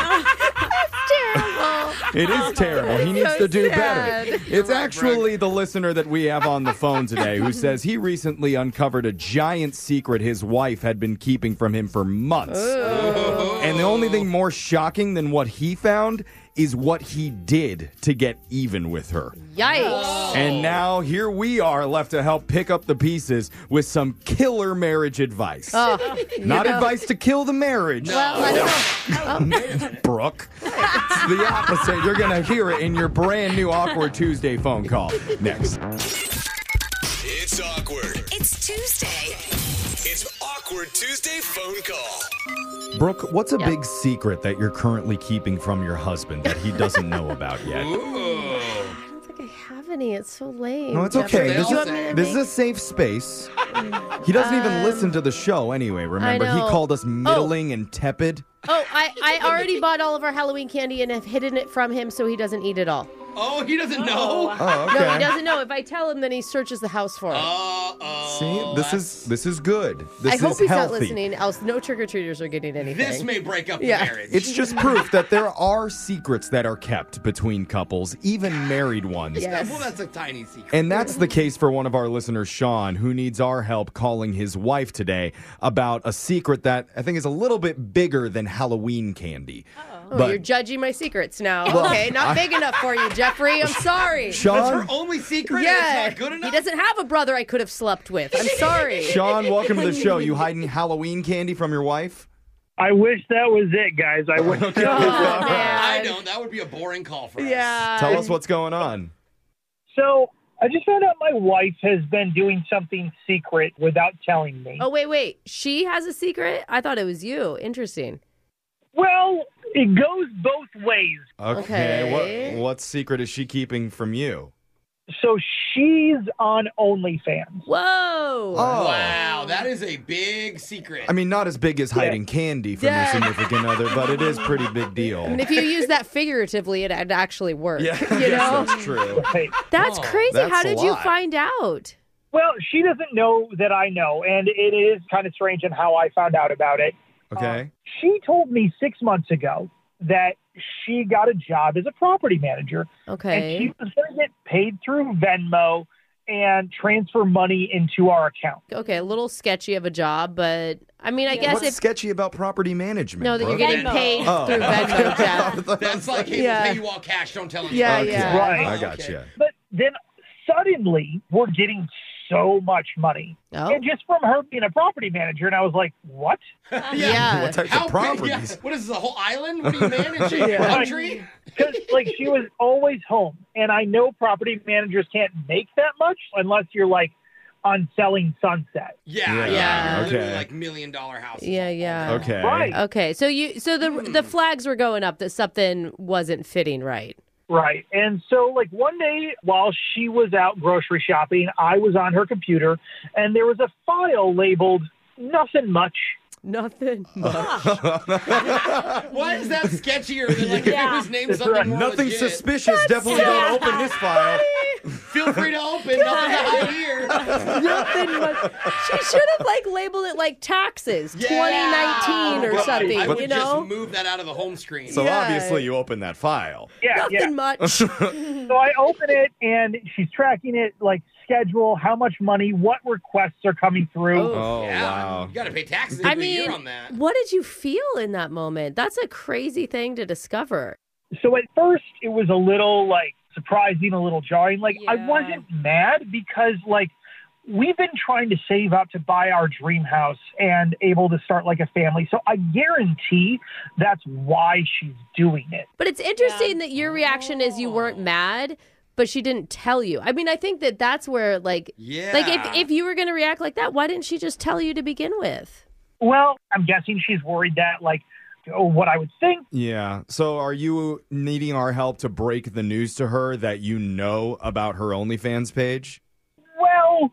[SPEAKER 3] It is terrible. He needs
[SPEAKER 2] Oh, so
[SPEAKER 3] to do
[SPEAKER 2] sad.
[SPEAKER 3] better. It's actually the listener that we have on the phone today who says he recently uncovered a giant secret his wife had been keeping from him for months.
[SPEAKER 2] Oh.
[SPEAKER 3] And the only thing more shocking than what he found is what he did to get even with her.
[SPEAKER 2] Yikes.
[SPEAKER 3] And now here we are left to help pick up the pieces with some killer marriage advice. Not advice to kill the marriage.
[SPEAKER 2] Oh. Well, I don't know.
[SPEAKER 3] Brooke. It's the opposite. You're going to hear it in your brand new Awkward Tuesday phone call next.
[SPEAKER 6] It's awkward.
[SPEAKER 7] It's Tuesday.
[SPEAKER 6] It's awkward Tuesday phone call.
[SPEAKER 3] Brooke, what's a big secret that you're currently keeping from your husband that he doesn't know about yet?
[SPEAKER 2] I don't think I have any. It's so lame.
[SPEAKER 3] No, it's
[SPEAKER 2] Jeff.
[SPEAKER 3] okay.
[SPEAKER 4] they
[SPEAKER 3] This
[SPEAKER 4] all
[SPEAKER 3] is,
[SPEAKER 4] say.
[SPEAKER 3] this is a safe space. He doesn't even listen to the show anyway, remember? He
[SPEAKER 2] Um, know.
[SPEAKER 3] called us middling and tepid.
[SPEAKER 2] Oh, I, I already bought all of our Halloween candy and have hidden it from him so he doesn't eat it all.
[SPEAKER 4] Oh, he doesn't know?
[SPEAKER 3] Oh,
[SPEAKER 2] No,
[SPEAKER 3] okay.
[SPEAKER 2] he doesn't know. If I tell him, then he searches the house for it.
[SPEAKER 4] Uh-oh.
[SPEAKER 3] Uh, See, this is this is good. This
[SPEAKER 2] I
[SPEAKER 3] is
[SPEAKER 2] hope he's
[SPEAKER 3] healthy.
[SPEAKER 2] not listening, else no trick or treaters are getting anything.
[SPEAKER 4] This may break up the
[SPEAKER 2] Yeah.
[SPEAKER 4] marriage.
[SPEAKER 3] It's just proof that there are secrets that are kept between couples, even married ones.
[SPEAKER 2] Yes.
[SPEAKER 4] Well, that's a tiny secret.
[SPEAKER 3] And that's the case for one of our listeners, Sean, who needs our help calling his wife today about a secret that I think is a little bit bigger than Halloween candy.
[SPEAKER 2] Oh, you're judging my secrets now. okay, not
[SPEAKER 3] I-
[SPEAKER 2] big enough for you, Jeffrey. I'm sorry.
[SPEAKER 4] That's her
[SPEAKER 3] Sean,
[SPEAKER 4] only secret?
[SPEAKER 2] yeah,
[SPEAKER 4] It's not good
[SPEAKER 2] he
[SPEAKER 4] enough?
[SPEAKER 2] doesn't have a brother I could have slept with. I'm sorry.
[SPEAKER 3] Sean, welcome to the show. You hiding Halloween candy from your wife?
[SPEAKER 12] I wish that was it, guys. I wish.
[SPEAKER 2] Oh,
[SPEAKER 4] I
[SPEAKER 2] man.
[SPEAKER 4] don't. That would be a boring call for us.
[SPEAKER 2] Yeah.
[SPEAKER 3] Tell us what's going on.
[SPEAKER 12] so I just found out my wife has been doing something secret without telling me.
[SPEAKER 2] Oh wait, wait. She has a secret. I thought it was you. Interesting.
[SPEAKER 12] Well, it goes both ways.
[SPEAKER 3] Okay,
[SPEAKER 2] Okay.
[SPEAKER 3] what what secret is she keeping from you?
[SPEAKER 12] So she's on OnlyFans.
[SPEAKER 2] Whoa. Oh.
[SPEAKER 4] Wow, that is a big secret.
[SPEAKER 3] I mean, not as big as hiding candy from
[SPEAKER 2] Yeah.
[SPEAKER 3] your significant other, but it is pretty big deal.
[SPEAKER 2] And if you use that figuratively, it would actually work.
[SPEAKER 3] Yeah,
[SPEAKER 2] You know?
[SPEAKER 3] yes, that's true.
[SPEAKER 12] Right.
[SPEAKER 2] That's
[SPEAKER 4] Oh,
[SPEAKER 2] crazy.
[SPEAKER 3] that's
[SPEAKER 2] How
[SPEAKER 3] a
[SPEAKER 2] did you
[SPEAKER 3] lot.
[SPEAKER 2] find out?
[SPEAKER 12] Well, she doesn't know that I know, and it is kind of strange in how I found out about it.
[SPEAKER 3] Okay.
[SPEAKER 12] She told me six months ago that she got a job as a property manager, and she
[SPEAKER 2] Okay.
[SPEAKER 12] was going to get paid through Venmo and transfer money into our account.
[SPEAKER 2] Okay, a little sketchy of a job, but I mean, I guess
[SPEAKER 3] What's
[SPEAKER 2] if
[SPEAKER 3] sketchy about property management?
[SPEAKER 2] no, that you're
[SPEAKER 3] Brooke?
[SPEAKER 2] getting
[SPEAKER 4] Venmo.
[SPEAKER 2] paid
[SPEAKER 3] Oh.
[SPEAKER 2] through Venmo. Jeff.
[SPEAKER 4] That's like, hey,
[SPEAKER 2] Yeah.
[SPEAKER 4] we'll pay you all cash. Don't tell anyone.
[SPEAKER 2] Yeah,
[SPEAKER 3] Okay.
[SPEAKER 2] yeah.
[SPEAKER 12] Right.
[SPEAKER 3] I
[SPEAKER 4] Okay.
[SPEAKER 3] got you.
[SPEAKER 12] But then suddenly we're getting so much money.
[SPEAKER 2] Oh,
[SPEAKER 12] And just from her being a property manager, and I was like, what?
[SPEAKER 2] yeah.
[SPEAKER 3] What types
[SPEAKER 4] How
[SPEAKER 3] of
[SPEAKER 4] big-
[SPEAKER 3] properties?
[SPEAKER 4] yeah, What is this, a whole island? What are you managing? A
[SPEAKER 12] Yeah.
[SPEAKER 4] Country?
[SPEAKER 12] Because like she was always home. And I know property managers can't make that much unless you're like on selling sunset.
[SPEAKER 4] Yeah, yeah.
[SPEAKER 3] Yeah.
[SPEAKER 2] Yeah.
[SPEAKER 4] You're literally
[SPEAKER 3] Okay.
[SPEAKER 4] like million dollar houses.
[SPEAKER 2] Yeah, yeah.
[SPEAKER 3] Okay.
[SPEAKER 12] Right.
[SPEAKER 2] Oh, Okay, so you so the the flags were going up that something wasn't fitting right.
[SPEAKER 12] Right. And so, like, one day while she was out grocery shopping, I was on her computer and there was a file labeled nothing much.
[SPEAKER 2] Nothing.
[SPEAKER 4] Why is that sketchier than like if it was named
[SPEAKER 12] That's
[SPEAKER 4] something
[SPEAKER 12] right.
[SPEAKER 4] more
[SPEAKER 3] Nothing
[SPEAKER 4] legit?
[SPEAKER 3] suspicious. Definitely don't open this file.
[SPEAKER 4] Feel free to open. Nothing to hide here.
[SPEAKER 2] Nothing much. She should have like labeled it like taxes,
[SPEAKER 4] Yeah.
[SPEAKER 2] 2019 or
[SPEAKER 4] Oh, God,
[SPEAKER 2] something.
[SPEAKER 4] I would
[SPEAKER 2] you know,
[SPEAKER 4] just move that out of the home screen.
[SPEAKER 3] So
[SPEAKER 2] Yeah.
[SPEAKER 3] obviously you open that file.
[SPEAKER 12] Yeah,
[SPEAKER 2] nothing
[SPEAKER 12] yeah.
[SPEAKER 2] much.
[SPEAKER 12] So I open it and she's tracking it, like, schedule, how much money, what requests are coming through.
[SPEAKER 2] Oh.
[SPEAKER 3] Oh
[SPEAKER 4] yeah,
[SPEAKER 3] wow.
[SPEAKER 4] You got to pay taxes every
[SPEAKER 2] I mean,
[SPEAKER 4] year on that.
[SPEAKER 2] what did you feel in that moment? That's a crazy thing to discover.
[SPEAKER 12] So at first, it was a little like surprising, a little jarring. Like I
[SPEAKER 5] Yeah.
[SPEAKER 12] wasn't mad because like we've been trying to save up to buy our dream house and able to start like a family. So I guarantee that's why she's doing it.
[SPEAKER 2] But it's interesting that
[SPEAKER 12] Oh.
[SPEAKER 2] your reaction is you weren't mad, but she didn't tell you. I mean, I think that that's where like
[SPEAKER 4] Yeah.
[SPEAKER 2] like if if you were going to react like that, why didn't she just tell you to begin with?
[SPEAKER 12] Well, I'm guessing she's worried that like or what I would think.
[SPEAKER 3] Yeah. So are you needing our help to break the news to her that you know about her OnlyFans page?
[SPEAKER 12] Well,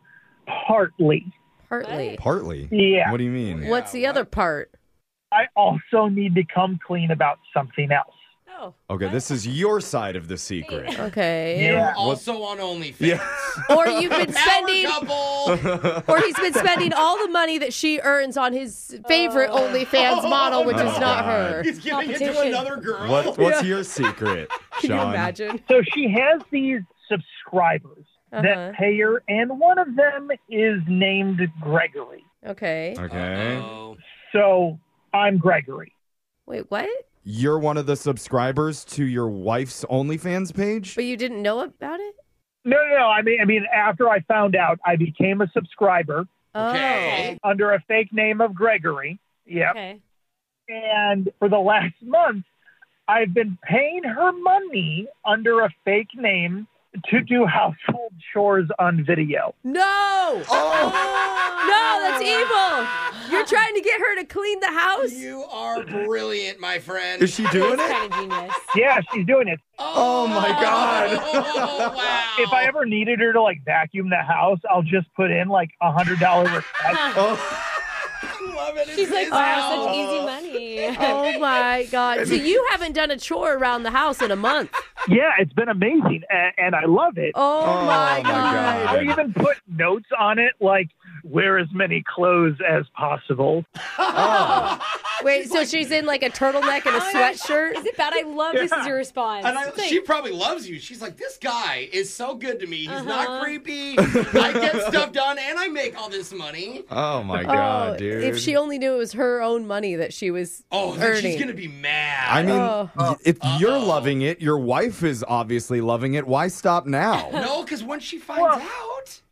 [SPEAKER 12] partly.
[SPEAKER 2] Partly.
[SPEAKER 3] Partly?
[SPEAKER 12] Yeah.
[SPEAKER 3] What do you mean?
[SPEAKER 2] What's the other part?
[SPEAKER 12] I also need to come clean about something else.
[SPEAKER 3] Okay, this is your side of the secret.
[SPEAKER 2] Okay.
[SPEAKER 3] Yeah.
[SPEAKER 10] Also on OnlyFans.
[SPEAKER 2] Or you've been
[SPEAKER 10] Power
[SPEAKER 2] spending
[SPEAKER 10] couple.
[SPEAKER 2] or he's been spending all the money that she earns on his favorite OnlyFans model, which
[SPEAKER 3] Oh,
[SPEAKER 2] is not
[SPEAKER 3] God.
[SPEAKER 2] her.
[SPEAKER 10] He's giving it to
[SPEAKER 2] Competition.
[SPEAKER 10] another girl.
[SPEAKER 3] What, what's your secret,
[SPEAKER 12] Can you
[SPEAKER 3] Sean?
[SPEAKER 2] imagine?
[SPEAKER 12] So she has these subscribers
[SPEAKER 2] Uh-huh.
[SPEAKER 12] that pay her, and one of them is named Gregory.
[SPEAKER 2] Okay.
[SPEAKER 3] Okay.
[SPEAKER 12] So I'm Gregory.
[SPEAKER 2] Wait, what?
[SPEAKER 3] You're one of the subscribers to your wife's OnlyFans page?
[SPEAKER 2] But you didn't know about it?
[SPEAKER 12] No, no, no. I mean, I mean, after I found out, I became a subscriber
[SPEAKER 2] Okay.
[SPEAKER 12] under a fake name of Gregory. Yep.
[SPEAKER 2] Okay.
[SPEAKER 12] And for the last month, I've been paying her money under a fake name to do household chores on video.
[SPEAKER 2] No! No, that's evil. You're trying to get her to clean the house?
[SPEAKER 10] You are brilliant, my friend.
[SPEAKER 3] Is she doing it?
[SPEAKER 5] kind of genius.
[SPEAKER 12] Yeah, she's doing it.
[SPEAKER 10] Oh,
[SPEAKER 3] my
[SPEAKER 10] Oh,
[SPEAKER 3] God.
[SPEAKER 10] wow.
[SPEAKER 12] If I ever needed her to like vacuum the house, I'll just put in like a hundred dollar request.
[SPEAKER 3] oh,
[SPEAKER 10] Love it. It's
[SPEAKER 5] She's like,
[SPEAKER 10] his
[SPEAKER 5] wow,
[SPEAKER 10] house.
[SPEAKER 5] such easy money.
[SPEAKER 2] Oh my god. So you haven't done a chore around the house in a month.
[SPEAKER 12] Yeah, it's been amazing, and, and I love it.
[SPEAKER 2] Oh,
[SPEAKER 3] Oh,
[SPEAKER 2] my god.
[SPEAKER 3] my God.
[SPEAKER 12] I even put notes on it like wear as many clothes as possible.
[SPEAKER 2] Wait, so she's in like a turtleneck and a sweatshirt?
[SPEAKER 5] Is it bad? I love this is your response.
[SPEAKER 10] And I,
[SPEAKER 5] It's like,
[SPEAKER 10] she probably loves you. She's like, this guy is so good to me. He's
[SPEAKER 5] Uh-huh.
[SPEAKER 10] not creepy. I get stuff done, and I make all this money.
[SPEAKER 3] oh my God, dude.
[SPEAKER 2] If she only knew it was her own money that she was
[SPEAKER 10] Oh, then
[SPEAKER 2] earning.
[SPEAKER 10] she's gonna be mad.
[SPEAKER 3] I mean,
[SPEAKER 2] Oh.
[SPEAKER 3] y- if you're loving it, your wife is obviously loving it. Why stop now?
[SPEAKER 10] no, because once she finds
[SPEAKER 12] Well-
[SPEAKER 10] out,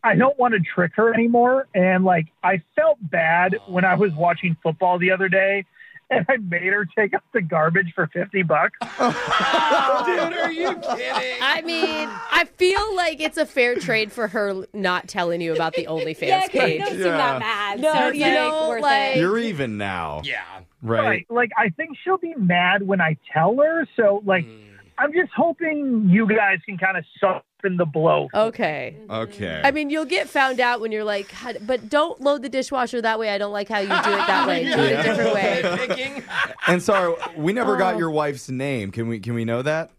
[SPEAKER 12] I don't want to trick her anymore, and like I felt bad when I was watching football the other day, and I made her take out the garbage for fifty bucks. uh,
[SPEAKER 10] dude, are you kidding?
[SPEAKER 2] I mean, I feel like it's a fair trade for her not telling you about the OnlyFans
[SPEAKER 5] yeah, okay,
[SPEAKER 2] page.
[SPEAKER 5] you don't seem
[SPEAKER 3] Yeah.
[SPEAKER 5] that mad.
[SPEAKER 2] No,
[SPEAKER 5] so it's
[SPEAKER 2] you
[SPEAKER 5] like,
[SPEAKER 2] know,
[SPEAKER 5] worth
[SPEAKER 2] like-
[SPEAKER 5] it.
[SPEAKER 3] You're even now,
[SPEAKER 10] yeah.
[SPEAKER 3] right?
[SPEAKER 12] Like I think she'll be mad when I tell her. So like, I'm just hoping you guys can kind of soften the blow.
[SPEAKER 2] Okay.
[SPEAKER 3] Okay.
[SPEAKER 2] I mean, you'll get found out when you're like, "God, but don't load the dishwasher that way. I don't like how you do it that way. Do it a different way.
[SPEAKER 10] Picking.
[SPEAKER 3] and sorry, we never got your wife's name. Can we? Can we know that?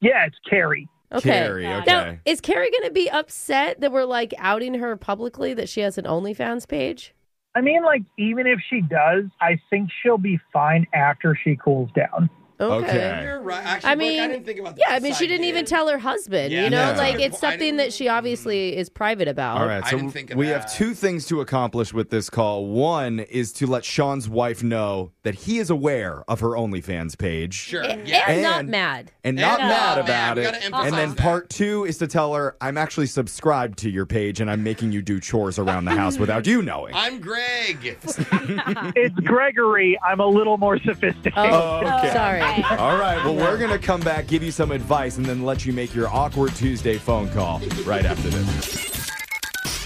[SPEAKER 12] Yeah, it's Carrie.
[SPEAKER 2] Okay.
[SPEAKER 3] Carrie. Okay.
[SPEAKER 2] Now, is Carrie going to be upset that we're like outing her publicly that she has an OnlyFans page?
[SPEAKER 12] I mean, like even if she does, I think she'll be fine after she cools down.
[SPEAKER 2] Okay.
[SPEAKER 3] Okay.
[SPEAKER 10] You're right. Actually,
[SPEAKER 2] I
[SPEAKER 10] Brooke,
[SPEAKER 2] mean,
[SPEAKER 10] I didn't think about that.
[SPEAKER 2] Yeah, I mean, she didn't even tell her husband.
[SPEAKER 10] Yeah,
[SPEAKER 2] you know,
[SPEAKER 3] that's a
[SPEAKER 2] like
[SPEAKER 10] good
[SPEAKER 2] it's
[SPEAKER 10] point. I
[SPEAKER 2] something that she obviously is private about.
[SPEAKER 3] All right,
[SPEAKER 10] I
[SPEAKER 3] so
[SPEAKER 10] didn't think of
[SPEAKER 3] we
[SPEAKER 10] that.
[SPEAKER 3] have two things to accomplish with this call. One is to let Sean's wife know that he is aware of her OnlyFans page.
[SPEAKER 10] Sure.
[SPEAKER 2] And,
[SPEAKER 10] yeah.
[SPEAKER 2] and not
[SPEAKER 3] And-
[SPEAKER 2] mad.
[SPEAKER 3] And not
[SPEAKER 10] And
[SPEAKER 3] mad
[SPEAKER 10] not mad.
[SPEAKER 3] about
[SPEAKER 10] We
[SPEAKER 3] it.
[SPEAKER 10] gotta emphasize
[SPEAKER 3] And then
[SPEAKER 10] that.
[SPEAKER 3] part two is to tell her, I'm actually subscribed to your page and I'm making you do chores around the house without you knowing.
[SPEAKER 10] I'm Greg.
[SPEAKER 12] it's Gregory. I'm a little more sophisticated.
[SPEAKER 2] Oh,
[SPEAKER 3] Okay.
[SPEAKER 2] sorry.
[SPEAKER 3] All right, well, we're going to come back, give you some advice, and then let you make your awkward Tuesday phone call right after this.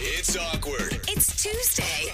[SPEAKER 6] It's awkward.
[SPEAKER 7] It's Tuesday.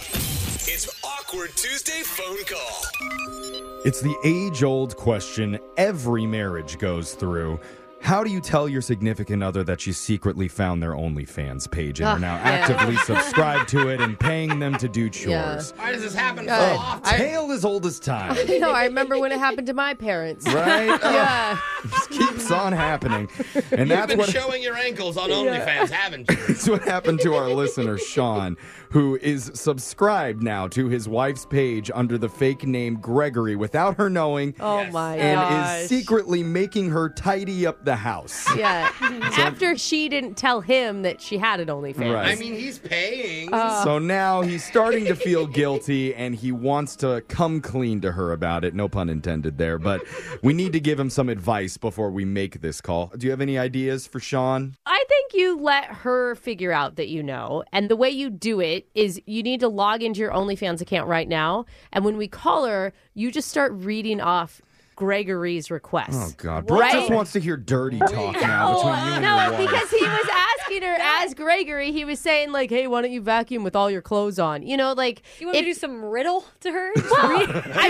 [SPEAKER 6] It's awkward Tuesday phone call.
[SPEAKER 3] It's the age old question every marriage goes through. How do you tell your significant other that you secretly found their OnlyFans page and are now actively subscribed to it and paying them to do
[SPEAKER 2] Yeah.
[SPEAKER 3] chores?
[SPEAKER 10] Why does this happen so
[SPEAKER 2] Good.
[SPEAKER 10] often?
[SPEAKER 3] Tale as old as time.
[SPEAKER 2] no, I remember when it happened to my parents.
[SPEAKER 3] Right?
[SPEAKER 2] Yeah.
[SPEAKER 3] Oh, just keeps on happening. And
[SPEAKER 10] You've
[SPEAKER 3] that's
[SPEAKER 10] been
[SPEAKER 3] what,
[SPEAKER 10] showing your ankles on OnlyFans, haven't you?
[SPEAKER 3] that's what happened to our listener, Sean, who is subscribed now to his wife's page under the fake name Gregory without her knowing
[SPEAKER 2] Oh my
[SPEAKER 3] and
[SPEAKER 2] gosh.
[SPEAKER 3] is secretly making her tidy up the house.
[SPEAKER 2] Yeah. After she didn't tell him that she had an OnlyFans.
[SPEAKER 3] Right.
[SPEAKER 10] I mean, he's paying.
[SPEAKER 3] So now he's starting to feel guilty and he wants to come clean to her about it. No pun intended there, but we need to give him some advice before we make this call. Do you have any ideas for Sean?
[SPEAKER 2] I think you let her figure out that you know. And the way you do it is you need to log into your OnlyFans account right now. And when we call her, you just start reading off
[SPEAKER 13] Gregory's request.
[SPEAKER 3] Oh God, Brooke just wants to hear dirty talk now between you and
[SPEAKER 13] no,
[SPEAKER 3] your wife.
[SPEAKER 13] because he was asking her as Gregory. He was saying like, "Hey, why don't you vacuum with all your clothes on?" You know, like
[SPEAKER 5] You want me
[SPEAKER 13] if-
[SPEAKER 5] to do some riddle to her?
[SPEAKER 13] I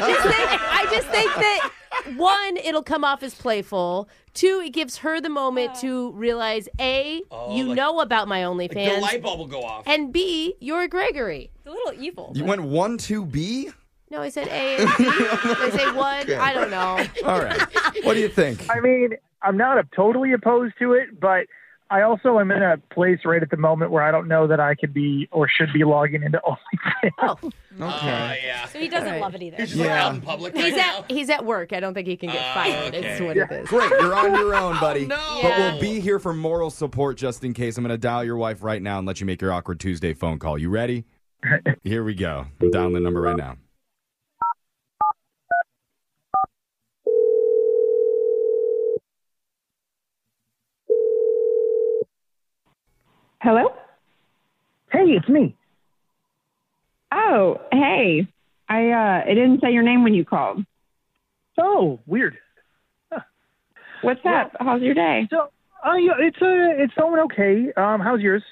[SPEAKER 13] just think I just think that one, it'll come off as playful. Two, it gives her the moment to realize a you know about my OnlyFans,
[SPEAKER 10] Oh, The light bulb will go off.
[SPEAKER 13] and b you're Gregory.
[SPEAKER 5] A little evil.
[SPEAKER 3] You went one, two, B.
[SPEAKER 13] No, I said A. and B. I say one.
[SPEAKER 3] Okay.
[SPEAKER 13] I don't know.
[SPEAKER 3] All right. What do you think?
[SPEAKER 12] I mean, I'm not totally opposed to it, but I also am in a place right at the moment where I don't know that I could be or should be logging into OnlyFans.
[SPEAKER 13] Oh,
[SPEAKER 3] Okay.
[SPEAKER 10] Uh, yeah.
[SPEAKER 5] So he doesn't
[SPEAKER 13] Right.
[SPEAKER 5] love it either.
[SPEAKER 10] He's just like
[SPEAKER 3] Yeah.
[SPEAKER 10] out in public right
[SPEAKER 13] He's
[SPEAKER 10] now.
[SPEAKER 13] at he's at work. I don't think he can get
[SPEAKER 10] Ah,
[SPEAKER 13] fired. It's
[SPEAKER 10] okay.
[SPEAKER 13] what it is.
[SPEAKER 3] Great, you're on your own, buddy.
[SPEAKER 10] no.
[SPEAKER 3] But we'll be here for moral support just in case. I'm going to dial your wife right now and let you make your awkward Tuesday phone call. You ready? here we go. I'm dialing the number right now.
[SPEAKER 14] Hello?
[SPEAKER 12] Hey, it's me.
[SPEAKER 14] Oh, hey. I uh it didn't say your name when you called.
[SPEAKER 12] Oh, weird.
[SPEAKER 14] What's up? How's your day?
[SPEAKER 12] So, uh, yeah, it's uh, it's going okay. Um, how's yours?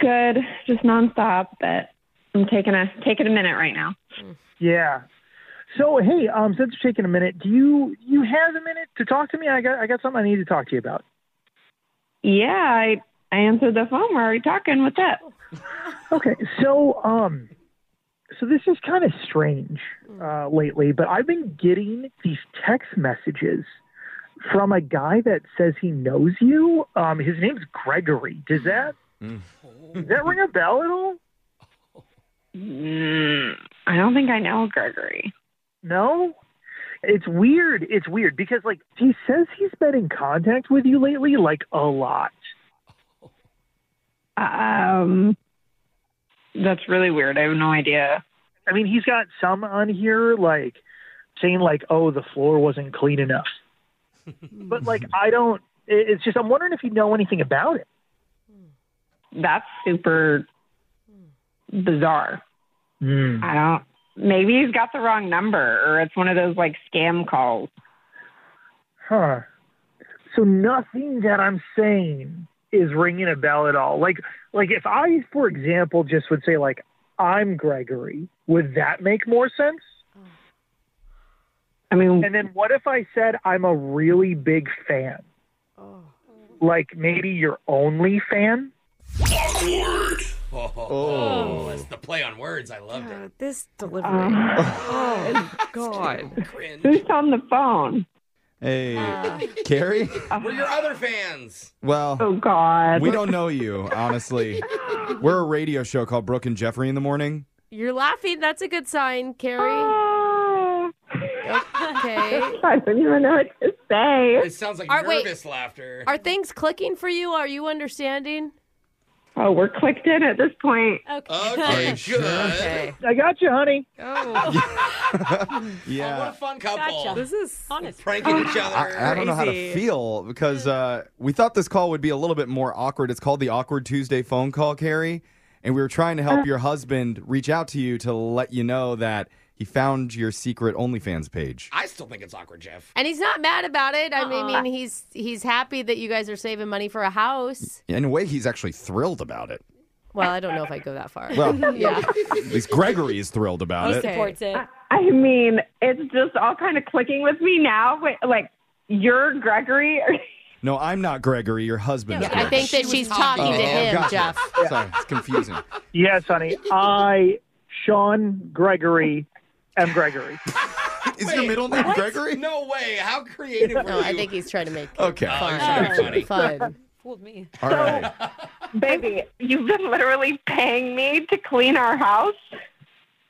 [SPEAKER 14] Good. Just nonstop, but I'm taking a taking a minute right now.
[SPEAKER 12] Yeah. So, hey, um, since it's taking a minute, do you you have a minute to talk to me? I got I got something I need to talk to you about.
[SPEAKER 14] Yeah, I I answered the phone. We're already talking. What's up?
[SPEAKER 12] Okay, so um, so this is kind of strange uh, lately, but I've been getting these text messages from a guy that says he knows you. Um, his name's Gregory. Does that does that ring a bell at all?
[SPEAKER 14] Mm, I don't think I know Gregory.
[SPEAKER 12] No. It's weird. It's weird because like he says he's been in contact with you lately, like a lot.
[SPEAKER 14] Um that's really weird. I have no idea.
[SPEAKER 12] I mean, he's got some on here like saying like, "Oh, the floor wasn't clean enough," but like I don't. it- It's just I'm wondering if you know anything about it.
[SPEAKER 14] That's super bizarre.
[SPEAKER 12] Hmm.
[SPEAKER 14] I don't maybe he's got the wrong number or it's one of those like scam calls.
[SPEAKER 12] Huh. So nothing that I'm saying is ringing a bell at all. Like, like if I, for example, just would say like, "I'm Gregory," would that make more sense?
[SPEAKER 14] I mean,
[SPEAKER 12] And then what if I said I'm a really big fan? Like maybe your only fan?
[SPEAKER 6] Awkward.
[SPEAKER 10] Oh, oh,
[SPEAKER 3] Oh.
[SPEAKER 10] that's the play on words. I loved it.
[SPEAKER 2] This delivery.
[SPEAKER 14] Um,
[SPEAKER 2] oh God.
[SPEAKER 10] Cringe.
[SPEAKER 14] who's on the phone?
[SPEAKER 3] Hey, Carrie?
[SPEAKER 10] We're your other fans.
[SPEAKER 3] Well,
[SPEAKER 14] Oh God.
[SPEAKER 3] we don't know you, honestly. We're a radio show called Brooke and Jeffrey in the Morning.
[SPEAKER 2] You're laughing. That's a good sign, Carrie.
[SPEAKER 14] Oh,
[SPEAKER 2] Okay.
[SPEAKER 14] I don't even know what to say.
[SPEAKER 10] It sounds like
[SPEAKER 2] All right, wait.
[SPEAKER 10] nervous laughter.
[SPEAKER 2] Are things clicking for you? Are you understanding?
[SPEAKER 14] Oh, we're clicked in at this point.
[SPEAKER 10] okay, good.
[SPEAKER 12] I got you, honey.
[SPEAKER 2] Oh,
[SPEAKER 10] Oh, what a
[SPEAKER 3] Yeah.
[SPEAKER 10] fun couple.
[SPEAKER 5] Gotcha.
[SPEAKER 2] this is
[SPEAKER 5] Honest.
[SPEAKER 10] Pranking each other.
[SPEAKER 3] I, I don't know how to
[SPEAKER 2] Crazy.
[SPEAKER 3] feel because uh, we thought this call would be a little bit more awkward. It's called the Awkward Tuesday phone call, Carrie. And we were trying to help your husband reach out to you to let you know that he found your secret OnlyFans page.
[SPEAKER 10] I still think it's awkward, Jeff.
[SPEAKER 2] and he's not mad about it. I mean, I
[SPEAKER 5] Uh-uh.
[SPEAKER 2] mean, he's he's happy that you guys are saving money for a house.
[SPEAKER 3] In a way, he's actually thrilled about it.
[SPEAKER 2] Well, I don't know if I go that far.
[SPEAKER 3] Well,
[SPEAKER 2] yeah.
[SPEAKER 3] at least Gregory is thrilled about it.
[SPEAKER 2] Okay.
[SPEAKER 5] Supports it.
[SPEAKER 14] I mean, it's just all kind of clicking with me now. Wait, like you're Gregory.
[SPEAKER 3] No, I'm not Gregory. Your husband's
[SPEAKER 2] I
[SPEAKER 3] Gregory.
[SPEAKER 2] think that
[SPEAKER 10] She
[SPEAKER 2] she's
[SPEAKER 10] was
[SPEAKER 2] talking
[SPEAKER 10] talking
[SPEAKER 2] to
[SPEAKER 10] to
[SPEAKER 3] Oh,
[SPEAKER 2] him,
[SPEAKER 3] gotcha.
[SPEAKER 2] Jeff.
[SPEAKER 3] Sorry, it's confusing.
[SPEAKER 12] Yes, honey. I, Sean Gregory, am Gregory.
[SPEAKER 3] Is your middle name Gregory?
[SPEAKER 10] No way. How creative were
[SPEAKER 2] No,
[SPEAKER 10] you? Oh,
[SPEAKER 2] I think he's trying to make
[SPEAKER 3] Okay.
[SPEAKER 10] trying to be
[SPEAKER 2] fun. fun.
[SPEAKER 5] Fooled me.
[SPEAKER 3] All right.
[SPEAKER 14] Baby, you've been literally paying me to clean our house.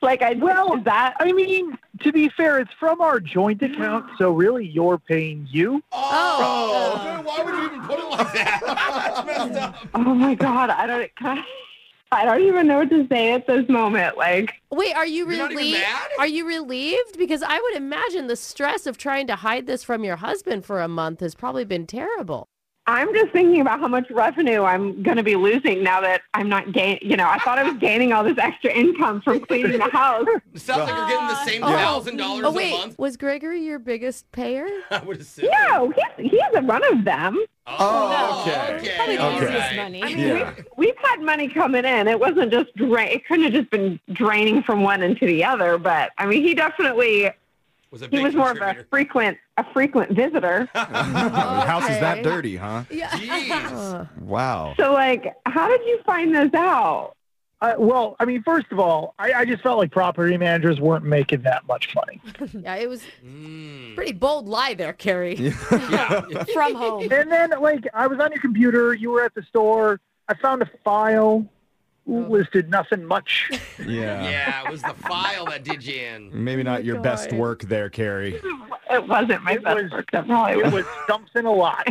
[SPEAKER 14] Like I well that
[SPEAKER 12] I mean, to be fair, it's from our joint account, so really you're paying you.
[SPEAKER 10] Oh, dude, why would you even put it like that? That's messed up.
[SPEAKER 14] oh my god, I don't can I, I don't even know what to say at this moment. Like
[SPEAKER 2] Wait, are you
[SPEAKER 10] You're not even
[SPEAKER 2] relieved?
[SPEAKER 10] mad?
[SPEAKER 2] Are you relieved? Because I would imagine the stress of trying to hide this from your husband for a month has probably been terrible.
[SPEAKER 14] I'm just thinking about how much revenue I'm going to be losing now that I'm not gain. You know, I thought I was gaining all this extra income from cleaning the house.
[SPEAKER 10] Sounds like you're getting the same thousand dollars
[SPEAKER 2] Oh
[SPEAKER 10] a
[SPEAKER 2] wait,
[SPEAKER 10] month.
[SPEAKER 2] was Gregory your biggest payer?
[SPEAKER 10] I would assume.
[SPEAKER 14] No, he's he's one of them.
[SPEAKER 10] Oh,
[SPEAKER 3] okay.
[SPEAKER 10] okay.
[SPEAKER 5] Probably the
[SPEAKER 10] all
[SPEAKER 5] easiest
[SPEAKER 10] right.
[SPEAKER 5] money.
[SPEAKER 14] I mean,
[SPEAKER 3] Yeah.
[SPEAKER 14] we've, we've had money coming in. It wasn't just drain. It couldn't have just been draining from one into the other. But I mean, he definitely
[SPEAKER 10] Was a
[SPEAKER 14] he
[SPEAKER 10] big
[SPEAKER 14] was more of a frequent a frequent visitor.
[SPEAKER 3] The house is that
[SPEAKER 2] Okay.
[SPEAKER 3] dirty, huh?
[SPEAKER 10] Jeez.
[SPEAKER 3] Wow.
[SPEAKER 14] so like, how did you find this out?
[SPEAKER 12] Uh, well, I mean, first of all, I, I just felt like property managers weren't making that much money.
[SPEAKER 2] Yeah, it was
[SPEAKER 10] Mm.
[SPEAKER 2] pretty bold lie there, Carrie.
[SPEAKER 10] Yeah.
[SPEAKER 5] From home.
[SPEAKER 12] and then, like, I was on your computer. You were at the store. I found a file.
[SPEAKER 10] Oh.
[SPEAKER 12] Listed nothing much.
[SPEAKER 3] Yeah.
[SPEAKER 10] yeah, it was the file that did you in.
[SPEAKER 3] Maybe not your best
[SPEAKER 2] Oh God.
[SPEAKER 3] work there, Carrie.
[SPEAKER 14] It wasn't my
[SPEAKER 12] It
[SPEAKER 14] best
[SPEAKER 12] was-
[SPEAKER 14] work. That probably
[SPEAKER 12] It
[SPEAKER 14] was.
[SPEAKER 12] was something a lot.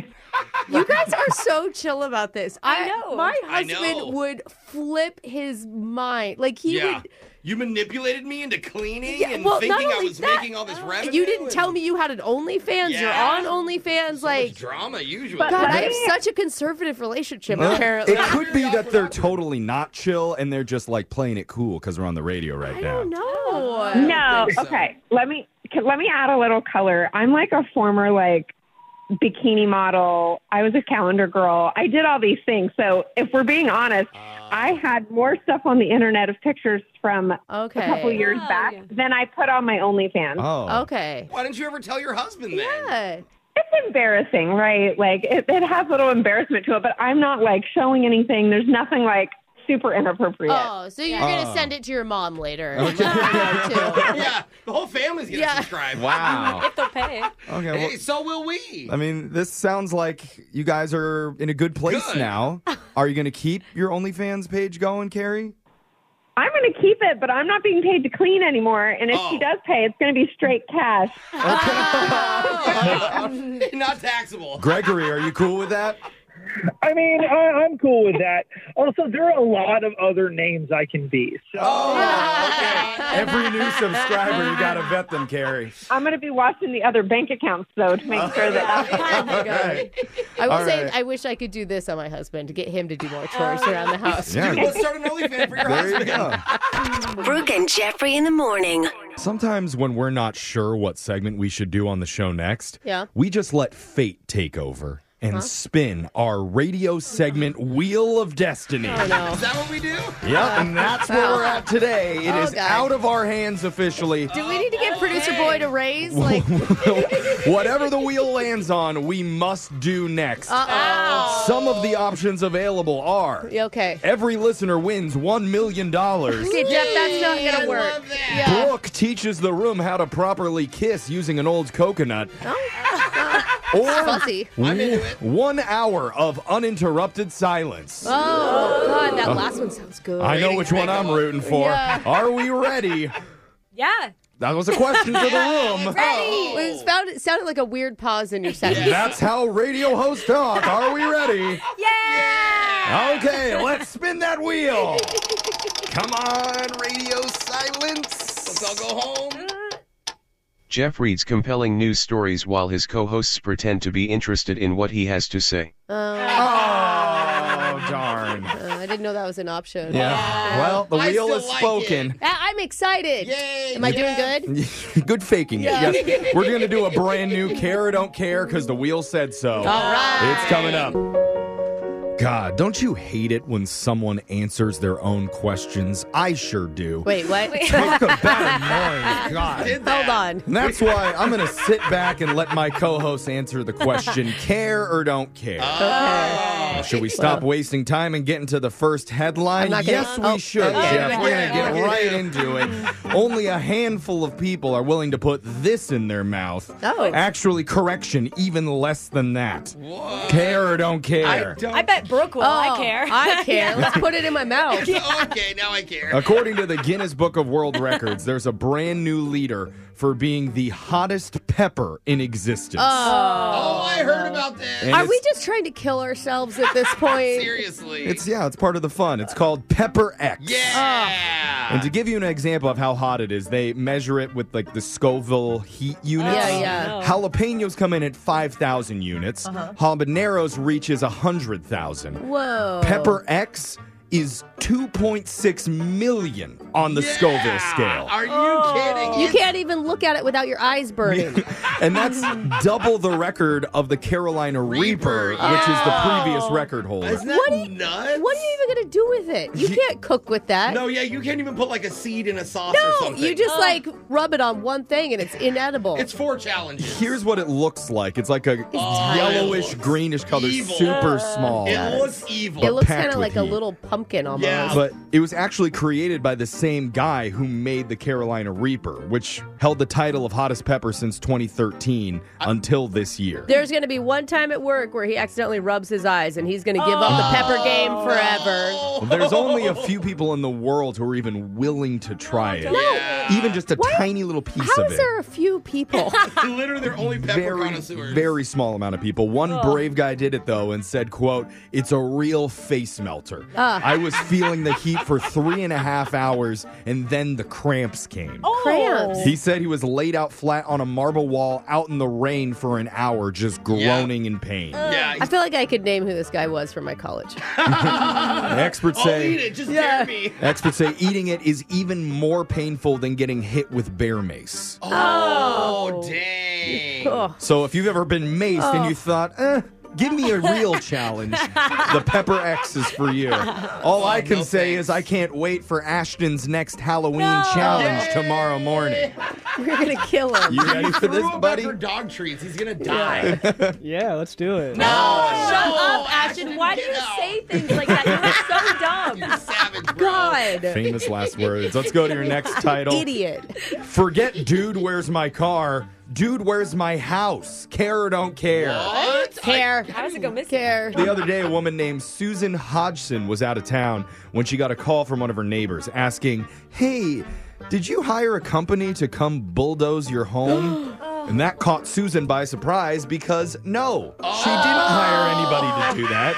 [SPEAKER 2] You guys are so chill about this.
[SPEAKER 5] I know.
[SPEAKER 2] My
[SPEAKER 10] I know.
[SPEAKER 2] husband would flip his mind. Like he
[SPEAKER 10] yeah.
[SPEAKER 2] would.
[SPEAKER 10] You manipulated me into cleaning
[SPEAKER 2] Yeah,
[SPEAKER 10] and
[SPEAKER 2] well, not
[SPEAKER 10] thinking I
[SPEAKER 2] only
[SPEAKER 10] was
[SPEAKER 2] that,
[SPEAKER 10] making all this revenue.
[SPEAKER 2] You didn't tell
[SPEAKER 10] and
[SPEAKER 2] me you had an OnlyFans.
[SPEAKER 10] Yeah.
[SPEAKER 2] You're on OnlyFans.
[SPEAKER 10] so much
[SPEAKER 2] like,
[SPEAKER 10] drama usually.
[SPEAKER 14] But-
[SPEAKER 2] God, I
[SPEAKER 14] That-
[SPEAKER 2] have such a conservative relationship.
[SPEAKER 3] Well,
[SPEAKER 2] apparently,
[SPEAKER 3] It could be that they're totally not chill and they're just like playing it cool because we're on the radio right
[SPEAKER 2] I
[SPEAKER 3] now.
[SPEAKER 2] don't know.
[SPEAKER 14] No.
[SPEAKER 10] think so.
[SPEAKER 14] Okay. Let me can- let me add a little color. I'm like a former like bikini model. I was a calendar girl. I did all these things. So if we're being honest,
[SPEAKER 10] Ah.
[SPEAKER 14] I had more stuff on the internet of pictures from
[SPEAKER 2] Okay.
[SPEAKER 14] a couple years
[SPEAKER 5] Oh,
[SPEAKER 14] back
[SPEAKER 5] yeah.
[SPEAKER 14] than I put on my OnlyFans.
[SPEAKER 3] Oh.
[SPEAKER 2] Okay.
[SPEAKER 10] Why didn't you ever tell your husband then?
[SPEAKER 2] Yeah.
[SPEAKER 14] It's embarrassing, right? Like it, it has a little embarrassment to it, but I'm not like showing anything. There's nothing like super inappropriate.
[SPEAKER 2] Oh, so you're gonna
[SPEAKER 3] Oh.
[SPEAKER 2] send it to your mom later. Let her know, too.
[SPEAKER 10] yeah, the whole family's gonna
[SPEAKER 2] Yeah.
[SPEAKER 10] subscribe.
[SPEAKER 3] Wow.
[SPEAKER 5] If they'll pay.
[SPEAKER 3] Okay. Well,
[SPEAKER 10] Hey, so will we.
[SPEAKER 3] I mean, this sounds like you guys are in a good place
[SPEAKER 10] Good.
[SPEAKER 3] now. Are you going to keep your OnlyFans page going, Carrie?
[SPEAKER 14] I'm going to keep it, but I'm not being paid to clean anymore. And if
[SPEAKER 10] Oh.
[SPEAKER 14] she does pay, it's going to be straight cash.
[SPEAKER 10] Not taxable.
[SPEAKER 3] Gregory, are you cool with that?
[SPEAKER 12] I mean, I, I'm cool with that. Also, there are a lot of other names I can be. So.
[SPEAKER 3] Oh, Every new subscriber, you got to vet them, Carrie.
[SPEAKER 14] I'm going to be watching the other bank accounts though to make sure that.
[SPEAKER 3] All right.
[SPEAKER 2] I will
[SPEAKER 3] All
[SPEAKER 2] say,
[SPEAKER 3] right.
[SPEAKER 2] I wish I could do this on my husband to get him to do more chores around the house.
[SPEAKER 3] Yeah.
[SPEAKER 10] Let's start an OnlyFans for your
[SPEAKER 3] There you
[SPEAKER 10] husband.
[SPEAKER 3] go.
[SPEAKER 7] Brooke and Jeffrey in the morning.
[SPEAKER 3] Sometimes when we're not sure what segment we should do on the show next,
[SPEAKER 2] Yeah.
[SPEAKER 3] we just let fate take over and spin our radio segment Wheel of Destiny.
[SPEAKER 2] No.
[SPEAKER 10] Is that what we do?
[SPEAKER 3] Yep, and that's where we're at today. It is
[SPEAKER 2] Oh, God.
[SPEAKER 3] out of our hands officially.
[SPEAKER 2] Do we need to get producer boy to raise? Like,
[SPEAKER 3] Whatever the wheel lands on, we must do next.
[SPEAKER 2] uh
[SPEAKER 3] Some of the options available are
[SPEAKER 2] oh. Okay.
[SPEAKER 3] every listener wins $1 million.
[SPEAKER 2] Okay, Jeff, that's not
[SPEAKER 10] I
[SPEAKER 2] gonna work.
[SPEAKER 10] love that.
[SPEAKER 2] Yeah.
[SPEAKER 3] Brooke teaches the room how to properly kiss using an old coconut.
[SPEAKER 2] Oh.
[SPEAKER 3] Or
[SPEAKER 2] Fuzzy.
[SPEAKER 10] I'm into it.
[SPEAKER 3] one hour of uninterrupted silence.
[SPEAKER 2] Oh God, that last one sounds good.
[SPEAKER 3] Uh, I know
[SPEAKER 10] Rating
[SPEAKER 3] which one I'm
[SPEAKER 10] pickle.
[SPEAKER 3] rooting for.
[SPEAKER 2] Yeah.
[SPEAKER 3] Are we ready?
[SPEAKER 5] Yeah.
[SPEAKER 3] That was a question to the room.
[SPEAKER 2] Ready? It, was found, it sounded like a weird pause in your sentence.
[SPEAKER 3] That's how radio hosts talk. Are we ready?
[SPEAKER 5] Yeah.
[SPEAKER 3] Okay, let's spin that wheel. Come on, radio silence.
[SPEAKER 10] Let's all go home.
[SPEAKER 15] Jeff reads compelling news stories while his co hosts pretend to be interested in what he has to say.
[SPEAKER 2] Oh,
[SPEAKER 3] Oh, darn.
[SPEAKER 2] uh, I didn't know that was an option.
[SPEAKER 3] Yeah. Well, the
[SPEAKER 10] I
[SPEAKER 3] wheel
[SPEAKER 10] still
[SPEAKER 3] is
[SPEAKER 10] like
[SPEAKER 3] spoken.
[SPEAKER 2] I- I'm excited.
[SPEAKER 10] Yay,
[SPEAKER 2] Am I
[SPEAKER 10] yeah.
[SPEAKER 2] doing good?
[SPEAKER 3] Good faking
[SPEAKER 2] Yeah.
[SPEAKER 3] it. Yes. We're going to do a brand new care or don't care because the wheel said so. All
[SPEAKER 2] right.
[SPEAKER 3] It's coming up. God, don't you hate it when someone answers their own questions? I sure do.
[SPEAKER 2] Wait, what?
[SPEAKER 3] Talk about annoying. God.
[SPEAKER 10] Did that.
[SPEAKER 2] Hold on.
[SPEAKER 3] And that's why I'm going to sit back and let my co hosts answer the question care or don't care.
[SPEAKER 2] Oh.
[SPEAKER 3] Should we stop wasting time and get into the first headline?
[SPEAKER 2] I'm not gonna-
[SPEAKER 3] Yes, we
[SPEAKER 2] oh,
[SPEAKER 3] should,
[SPEAKER 2] okay.
[SPEAKER 3] Jeff. We're going to
[SPEAKER 10] Yeah,
[SPEAKER 3] get
[SPEAKER 10] yeah.
[SPEAKER 3] right into it. Only a handful of people are willing to put this in their mouth.
[SPEAKER 2] Oh.
[SPEAKER 3] Actually, correction, even less than that.
[SPEAKER 10] What?
[SPEAKER 3] Care or don't
[SPEAKER 10] I
[SPEAKER 3] care?
[SPEAKER 10] don't.
[SPEAKER 5] I bet Brooke will. I care.
[SPEAKER 2] Oh, I care. Let's put it in my mouth.
[SPEAKER 10] Okay, now I care.
[SPEAKER 3] According to the Guinness Book of World Records, there's a brand new leader for being the hottest pepper in existence.
[SPEAKER 10] Oh. I heard about that.
[SPEAKER 3] And
[SPEAKER 2] Uh, Are
[SPEAKER 3] it's-
[SPEAKER 2] we just trying to kill ourselves at this point?
[SPEAKER 10] Seriously.
[SPEAKER 3] It's yeah, it's part of the fun. It's called Pepper X.
[SPEAKER 10] Yeah.
[SPEAKER 3] And to give you an example of how hot it is, they measure it with like the Scoville heat units.
[SPEAKER 2] Yeah, yeah. Oh.
[SPEAKER 3] Jalapenos come in at 5,000 units.
[SPEAKER 2] Uh-huh.
[SPEAKER 3] Habaneros reaches 100,000.
[SPEAKER 2] Whoa.
[SPEAKER 3] Pepper X is 2.6 million on the Scoville scale.
[SPEAKER 10] Are you kidding?
[SPEAKER 2] Oh. You can't even look at it without your eyes burning.
[SPEAKER 3] and that's double the record of the Carolina Reaper, which is the previous record holder.
[SPEAKER 10] Isn't that
[SPEAKER 2] What do you-
[SPEAKER 10] nuts?
[SPEAKER 2] What are you even gonna do with it? You can't cook with that.
[SPEAKER 10] No, yeah, you can't even put like a seed in a sauce or
[SPEAKER 2] No,
[SPEAKER 10] something.
[SPEAKER 2] you just
[SPEAKER 10] Oh.
[SPEAKER 2] like rub it on one thing and it's inedible.
[SPEAKER 10] It's four challenges.
[SPEAKER 3] Here's what it looks like. It's like a yellowish, greenish color,
[SPEAKER 10] Evil.
[SPEAKER 3] super
[SPEAKER 10] Ugh.
[SPEAKER 3] small.
[SPEAKER 10] It looks evil.
[SPEAKER 2] it looks
[SPEAKER 3] packed
[SPEAKER 2] kind of
[SPEAKER 3] with
[SPEAKER 2] like a
[SPEAKER 3] heat.
[SPEAKER 2] little pumpkin almost.
[SPEAKER 3] But it was actually created by the same guy who made the Carolina Reaper, which held the title of hottest pepper since 2013 until this year.
[SPEAKER 2] There's going to be one time at work where he accidentally rubs his eyes and he's going to give up the
[SPEAKER 3] Oh.
[SPEAKER 2] pepper game forever.
[SPEAKER 3] There's only a few people in the world who are even willing to try it. Even just a tiny little piece
[SPEAKER 2] How
[SPEAKER 3] of
[SPEAKER 2] is
[SPEAKER 3] it.
[SPEAKER 2] there a few people?
[SPEAKER 10] Literally, they're only pepper connoisseurs.
[SPEAKER 3] Very small amount of people. One
[SPEAKER 2] Oh.
[SPEAKER 3] brave guy did it though and said, "quote It's a real face melter.
[SPEAKER 2] Ah.
[SPEAKER 3] I was feeling the heat for three and a half hours, and then the cramps came."
[SPEAKER 10] Oh.
[SPEAKER 2] Cramps.
[SPEAKER 3] He said he was laid out flat on a marble wall out in the rain for an hour, just groaning in pain.
[SPEAKER 10] Yeah.
[SPEAKER 2] I feel like I could name who this guy was from my college.
[SPEAKER 3] Experts
[SPEAKER 10] I'll
[SPEAKER 3] say
[SPEAKER 10] Oh, eat it. Just
[SPEAKER 2] Yeah.
[SPEAKER 10] dare me.
[SPEAKER 3] experts say eating it is even more painful than getting hit with bear mace.
[SPEAKER 10] Oh, dang.
[SPEAKER 3] So if you've ever been maced and you thought, eh, give me a real challenge, the Pepper X is for you. All I can say is I can't wait for Ashton's next Halloween challenge tomorrow morning.
[SPEAKER 2] We're going to kill him.
[SPEAKER 3] You ready for this,
[SPEAKER 10] Threw him
[SPEAKER 3] buddy?
[SPEAKER 10] up for dog treats. He's gonna die.
[SPEAKER 16] yeah, let's do it.
[SPEAKER 2] Oh, shut
[SPEAKER 10] No,
[SPEAKER 2] up, Ashton. Why do you say things like that? You're so dumb.
[SPEAKER 10] Savage, bro.
[SPEAKER 2] God.
[SPEAKER 3] Famous last words. Let's go to your next title.
[SPEAKER 2] Idiot.
[SPEAKER 3] Forget dude, where's my car? Dude, where's my house? Care or don't care?
[SPEAKER 10] What?
[SPEAKER 2] Care.
[SPEAKER 10] I-
[SPEAKER 2] How does it go missing? Care.
[SPEAKER 3] The other day, a woman named Susan Hodgson was out of town when she got a call from one of her neighbors asking, Hey, did you hire a company to come bulldoze your home? and that caught Susan by surprise because no, she didn't
[SPEAKER 2] Oh.
[SPEAKER 3] hire anybody to do that.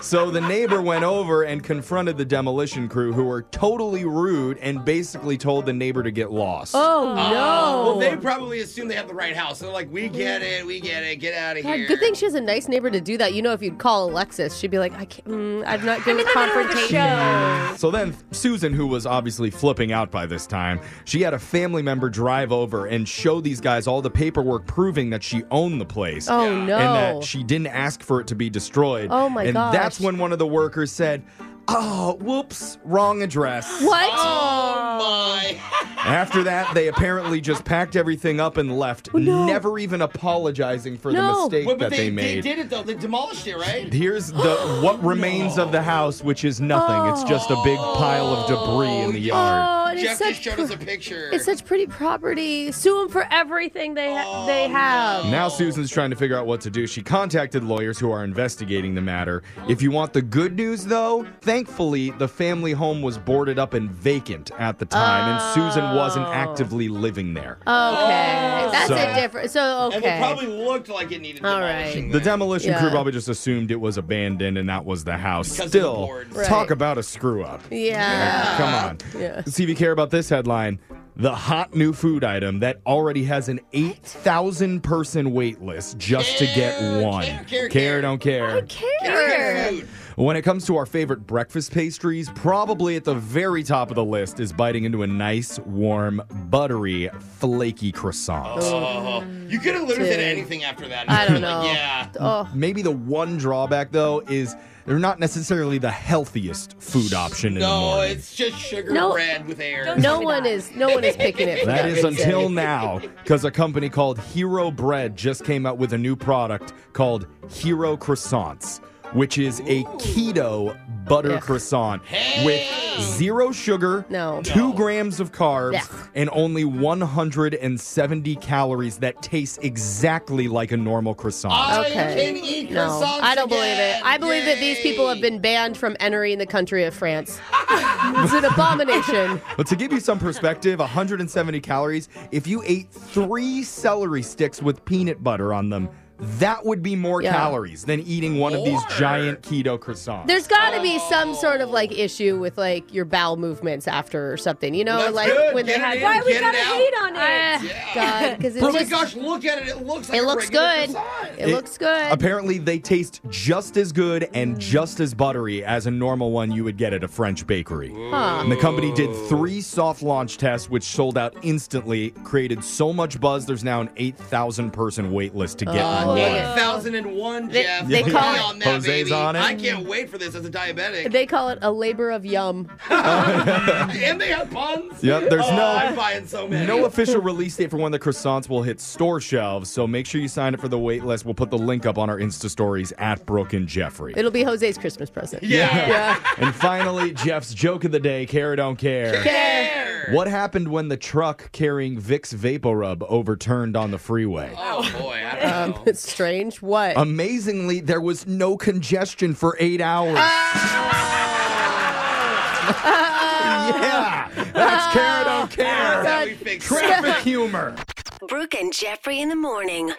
[SPEAKER 3] So the neighbor went over and confronted the demolition crew, who were totally rude and basically told the neighbor to get lost.
[SPEAKER 2] Oh,
[SPEAKER 10] Oh,
[SPEAKER 2] no.
[SPEAKER 10] Well, they probably assume they have the right house. They're like, we get it, we get it, get out of
[SPEAKER 2] God,
[SPEAKER 10] here.
[SPEAKER 2] good thing she has a nice neighbor to do that. You know, if you'd call Alexis, she'd be like, "I can't. Mm, I'm not good with confrontation."
[SPEAKER 3] So then Susan, who was obviously flipping out by this time, she had a family member drive over and show these guys all the paperwork proving that she owned the place.
[SPEAKER 2] Oh,
[SPEAKER 3] And
[SPEAKER 2] no.
[SPEAKER 3] that she didn't ask for it to be destroyed.
[SPEAKER 2] Oh, my
[SPEAKER 3] And
[SPEAKER 2] gosh.
[SPEAKER 3] that's when one of the workers said, Oh, whoops, wrong address.
[SPEAKER 2] What?
[SPEAKER 10] Oh my!
[SPEAKER 3] After that, they apparently just packed everything up and left,
[SPEAKER 2] Oh,
[SPEAKER 3] never even apologizing for the
[SPEAKER 10] No.
[SPEAKER 3] mistake
[SPEAKER 10] Wait,
[SPEAKER 3] that
[SPEAKER 10] but
[SPEAKER 3] they,
[SPEAKER 10] they,
[SPEAKER 3] made.
[SPEAKER 10] did it though. They demolished it, right?
[SPEAKER 3] Here's the what remains of the house, which is nothing. It's just a big pile of debris in the yard.
[SPEAKER 2] Oh, and
[SPEAKER 10] Jeff
[SPEAKER 2] it's
[SPEAKER 10] just
[SPEAKER 2] such
[SPEAKER 10] showed
[SPEAKER 2] pr-
[SPEAKER 10] us a picture.
[SPEAKER 2] it's such pretty property. Sue them for everything they ha-
[SPEAKER 3] Oh,
[SPEAKER 2] they have.
[SPEAKER 3] Now Susan's trying to figure out what to do. She contacted lawyers who are investigating the matter. If you want the good news though, thankfully the family home was boarded up and vacant at the time and Susan wasn't actively living there.
[SPEAKER 2] Oh. Okay,
[SPEAKER 10] Oh.
[SPEAKER 2] that's
[SPEAKER 3] So-
[SPEAKER 2] a different. So
[SPEAKER 10] And it
[SPEAKER 2] okay.
[SPEAKER 10] probably looked like it needed
[SPEAKER 2] All
[SPEAKER 10] demolishing.
[SPEAKER 2] right.
[SPEAKER 3] The demolition
[SPEAKER 2] Yeah.
[SPEAKER 3] crew probably just assumed it was abandoned and that was the house.
[SPEAKER 10] Because of the
[SPEAKER 3] Still,
[SPEAKER 10] boards.
[SPEAKER 2] Right.
[SPEAKER 3] talk about a screw up.
[SPEAKER 2] Yeah.
[SPEAKER 3] Come on.
[SPEAKER 2] Yeah.
[SPEAKER 3] See if you care about this headline. The hot new food item that already has an 8,000 person wait list just to get one. Care, don't care.
[SPEAKER 2] Care.
[SPEAKER 3] When it comes to our favorite breakfast pastries, probably at the very top of the list is biting into a nice, warm, buttery, flaky croissant.
[SPEAKER 10] Oh, you could have literally said anything after that.
[SPEAKER 2] Mm. I don't
[SPEAKER 10] Like,
[SPEAKER 2] know.
[SPEAKER 10] yeah.
[SPEAKER 3] Maybe the one drawback, though, is they're not necessarily the healthiest food option in the
[SPEAKER 10] No,
[SPEAKER 3] morning.
[SPEAKER 10] it's just sugar
[SPEAKER 2] No.
[SPEAKER 10] bread with air.
[SPEAKER 2] No one is no one is picking it. for
[SPEAKER 3] That is
[SPEAKER 2] reason.
[SPEAKER 3] until now, because a company called Hero Bread just came out with a new product called Hero Croissants. which is a keto butter croissant with zero sugar,
[SPEAKER 2] No.
[SPEAKER 3] two grams of carbs,
[SPEAKER 2] Ugh.
[SPEAKER 3] and only 170 calories that tastes exactly like a normal croissant.
[SPEAKER 2] Oh, Okay. no, I don't believe it. I believe that these people have been banned from entering the country of France. it's an abomination.
[SPEAKER 3] But to give you some perspective, 170 calories, if you ate three celery sticks with peanut butter on them, that would be more
[SPEAKER 2] Yeah.
[SPEAKER 3] calories than eating one of these giant keto croissants.
[SPEAKER 2] There's got to be some sort of like issue with like your bowel movements after or something, you know,
[SPEAKER 10] That's
[SPEAKER 2] like
[SPEAKER 10] good.
[SPEAKER 2] when
[SPEAKER 10] Get
[SPEAKER 2] they
[SPEAKER 10] it
[SPEAKER 2] had
[SPEAKER 10] in, Why we get it gotta out. hate
[SPEAKER 2] on it. Ah, God, because it's
[SPEAKER 10] oh my
[SPEAKER 2] just
[SPEAKER 10] gosh, look at it. It looks like
[SPEAKER 2] it
[SPEAKER 10] a
[SPEAKER 2] looks
[SPEAKER 10] regular
[SPEAKER 2] good.
[SPEAKER 10] croissant.
[SPEAKER 2] It, looks good.
[SPEAKER 3] Apparently, they taste just as good and just as buttery as a normal one you would get at a French bakery.
[SPEAKER 2] Huh.
[SPEAKER 3] And the company did three soft launch tests, which sold out instantly, created so much buzz, there's now an 8,000 person wait list to get
[SPEAKER 10] Uh,
[SPEAKER 2] Oh,
[SPEAKER 3] one.
[SPEAKER 10] 1001,
[SPEAKER 2] They-
[SPEAKER 10] Jeff.
[SPEAKER 2] they
[SPEAKER 10] Put
[SPEAKER 2] call
[SPEAKER 10] me
[SPEAKER 2] it-
[SPEAKER 10] on that,
[SPEAKER 3] Jose's
[SPEAKER 10] baby.
[SPEAKER 3] on it.
[SPEAKER 10] I can't wait for this as a diabetic.
[SPEAKER 2] They call it a labor of yum.
[SPEAKER 10] and they have puns.
[SPEAKER 3] Yep, there's
[SPEAKER 10] oh,
[SPEAKER 3] no-
[SPEAKER 10] I'm buying so many.
[SPEAKER 3] No official release date for when the croissants will hit store shelves, so make sure you sign up for the wait list. We'll put the link up on our Insta stories at Brooke and Jeffrey.
[SPEAKER 2] It'll be Jose's Christmas present.
[SPEAKER 3] and finally, Jeff's joke of the day: care or don't care.
[SPEAKER 2] Care.
[SPEAKER 3] What happened when the truck carrying Vicks VapoRub overturned on the freeway?
[SPEAKER 10] Oh boy, I
[SPEAKER 2] Um, it's strange. What?
[SPEAKER 10] Uh,
[SPEAKER 3] Amazingly, there was no congestion for eight hours. yeah, that's care or don't care.
[SPEAKER 17] That's how we fix it.
[SPEAKER 3] Traffic humor.
[SPEAKER 17] Brooke and Jeffrey in the morning.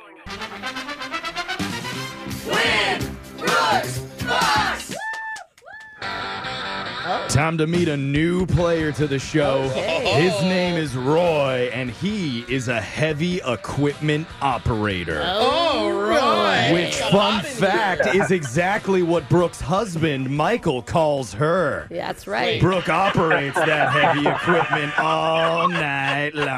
[SPEAKER 3] Time to meet a new player to the show.
[SPEAKER 10] Okay.
[SPEAKER 3] His name is Roy, and he is a heavy equipment operator.
[SPEAKER 10] All right.
[SPEAKER 3] Which, fun fact, is exactly what Brooke's husband, Michael, calls her.
[SPEAKER 2] Yeah, that's right.
[SPEAKER 3] Brooke operates that heavy equipment all night long.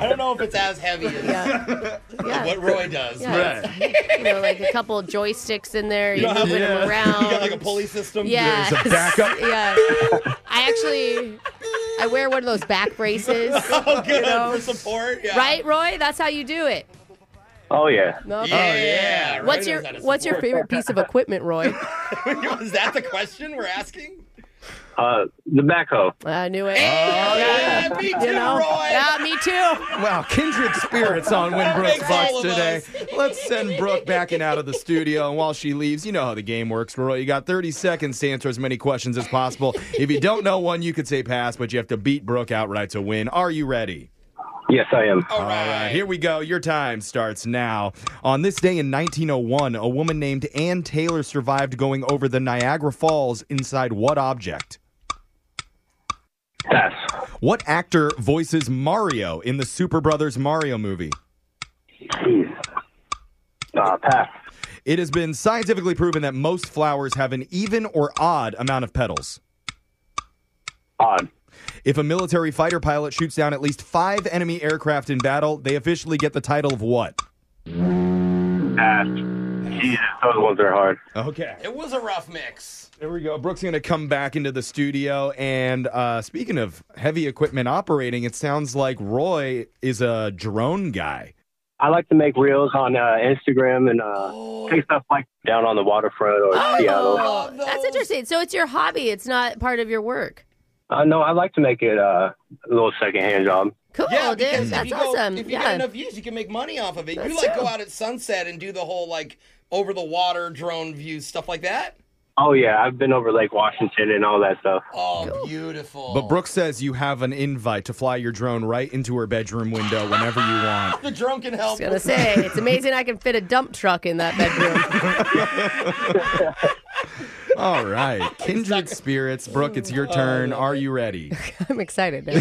[SPEAKER 10] I don't know if it's as heavy as what Roy does.
[SPEAKER 2] Um, Yeah, it's- you know, like a couple of joysticks in there. You're moving them around.
[SPEAKER 10] You got like a pulley system.
[SPEAKER 2] Yeah.
[SPEAKER 10] There's a backup.
[SPEAKER 2] yeah. I actually, I wear one of those back braces.
[SPEAKER 10] Oh,
[SPEAKER 2] you
[SPEAKER 10] good
[SPEAKER 2] know.
[SPEAKER 10] for support. Yeah.
[SPEAKER 2] Right, Roy? That's how you do it.
[SPEAKER 12] Oh yeah.
[SPEAKER 2] No. Oh.
[SPEAKER 10] Yeah. yeah. Roy
[SPEAKER 2] What's
[SPEAKER 10] knows
[SPEAKER 2] your
[SPEAKER 10] how to
[SPEAKER 2] What's your
[SPEAKER 10] support.
[SPEAKER 2] favorite piece of equipment, Roy?
[SPEAKER 10] Is that the question we're asking?
[SPEAKER 12] Uh, the backhoe.
[SPEAKER 2] I knew it.
[SPEAKER 10] yeah, me too,
[SPEAKER 2] you know?
[SPEAKER 10] Roy.
[SPEAKER 2] Yeah, me too.
[SPEAKER 3] Wow, kindred spirits on Win Brooks
[SPEAKER 10] Makes
[SPEAKER 3] Bucks
[SPEAKER 10] all of
[SPEAKER 3] today. Let's send Brooke back and out of the studio. And while she leaves, you know how the game works, Roy. You got 30 seconds to answer as many questions as possible. If you don't know one, you could say pass, but you have to beat Brooke outright to win. Are you ready?
[SPEAKER 12] Yes, I am.
[SPEAKER 3] All right, here we go. Your time starts now. On this day in 1901, a woman named Ann Taylor survived going over the Niagara Falls inside what object?
[SPEAKER 12] Pass.
[SPEAKER 3] What actor voices Mario in the Super Brothers Mario movie?
[SPEAKER 12] Uh, pass.
[SPEAKER 3] It has been scientifically proven that most flowers have an even or odd amount of petals.
[SPEAKER 12] Odd.
[SPEAKER 3] If a military fighter pilot shoots down at least five enemy aircraft in battle, they officially get the title of what?
[SPEAKER 12] Pass. Jesus, those ones are hard.
[SPEAKER 3] Okay.
[SPEAKER 10] It was a rough mix.
[SPEAKER 3] There we go. Brooke's going to come back into the studio. And uh, speaking of heavy equipment operating, it sounds like Roy is a drone guy.
[SPEAKER 12] I like to make reels on uh, Instagram and uh, take stuff like down on the waterfront or Seattle.
[SPEAKER 2] Oh, that's interesting. So it's your hobby. It's not part of your work.
[SPEAKER 12] Uh, no, I like to make it uh, a little secondhand job.
[SPEAKER 2] Cool, dude.
[SPEAKER 10] because if
[SPEAKER 2] Oh, That's
[SPEAKER 10] you go-
[SPEAKER 2] awesome.
[SPEAKER 10] If you
[SPEAKER 2] yeah.
[SPEAKER 10] get enough views, you can make money off of it. you
[SPEAKER 2] That's
[SPEAKER 10] like
[SPEAKER 2] true.
[SPEAKER 10] go out at sunset and do the whole like over the water drone views stuff like that.
[SPEAKER 12] Oh yeah, I've been over Lake Washington and all that stuff.
[SPEAKER 10] Oh, beautiful.
[SPEAKER 3] But Brooke says you have an invite to fly your drone right into her bedroom window whenever you want.
[SPEAKER 10] the drone can help.
[SPEAKER 2] I was gonna say it's amazing I can fit a dump truck in that bedroom.
[SPEAKER 3] All right. Kindred spirits. Brooke, it's your turn. Are you ready?
[SPEAKER 2] I'm excited now.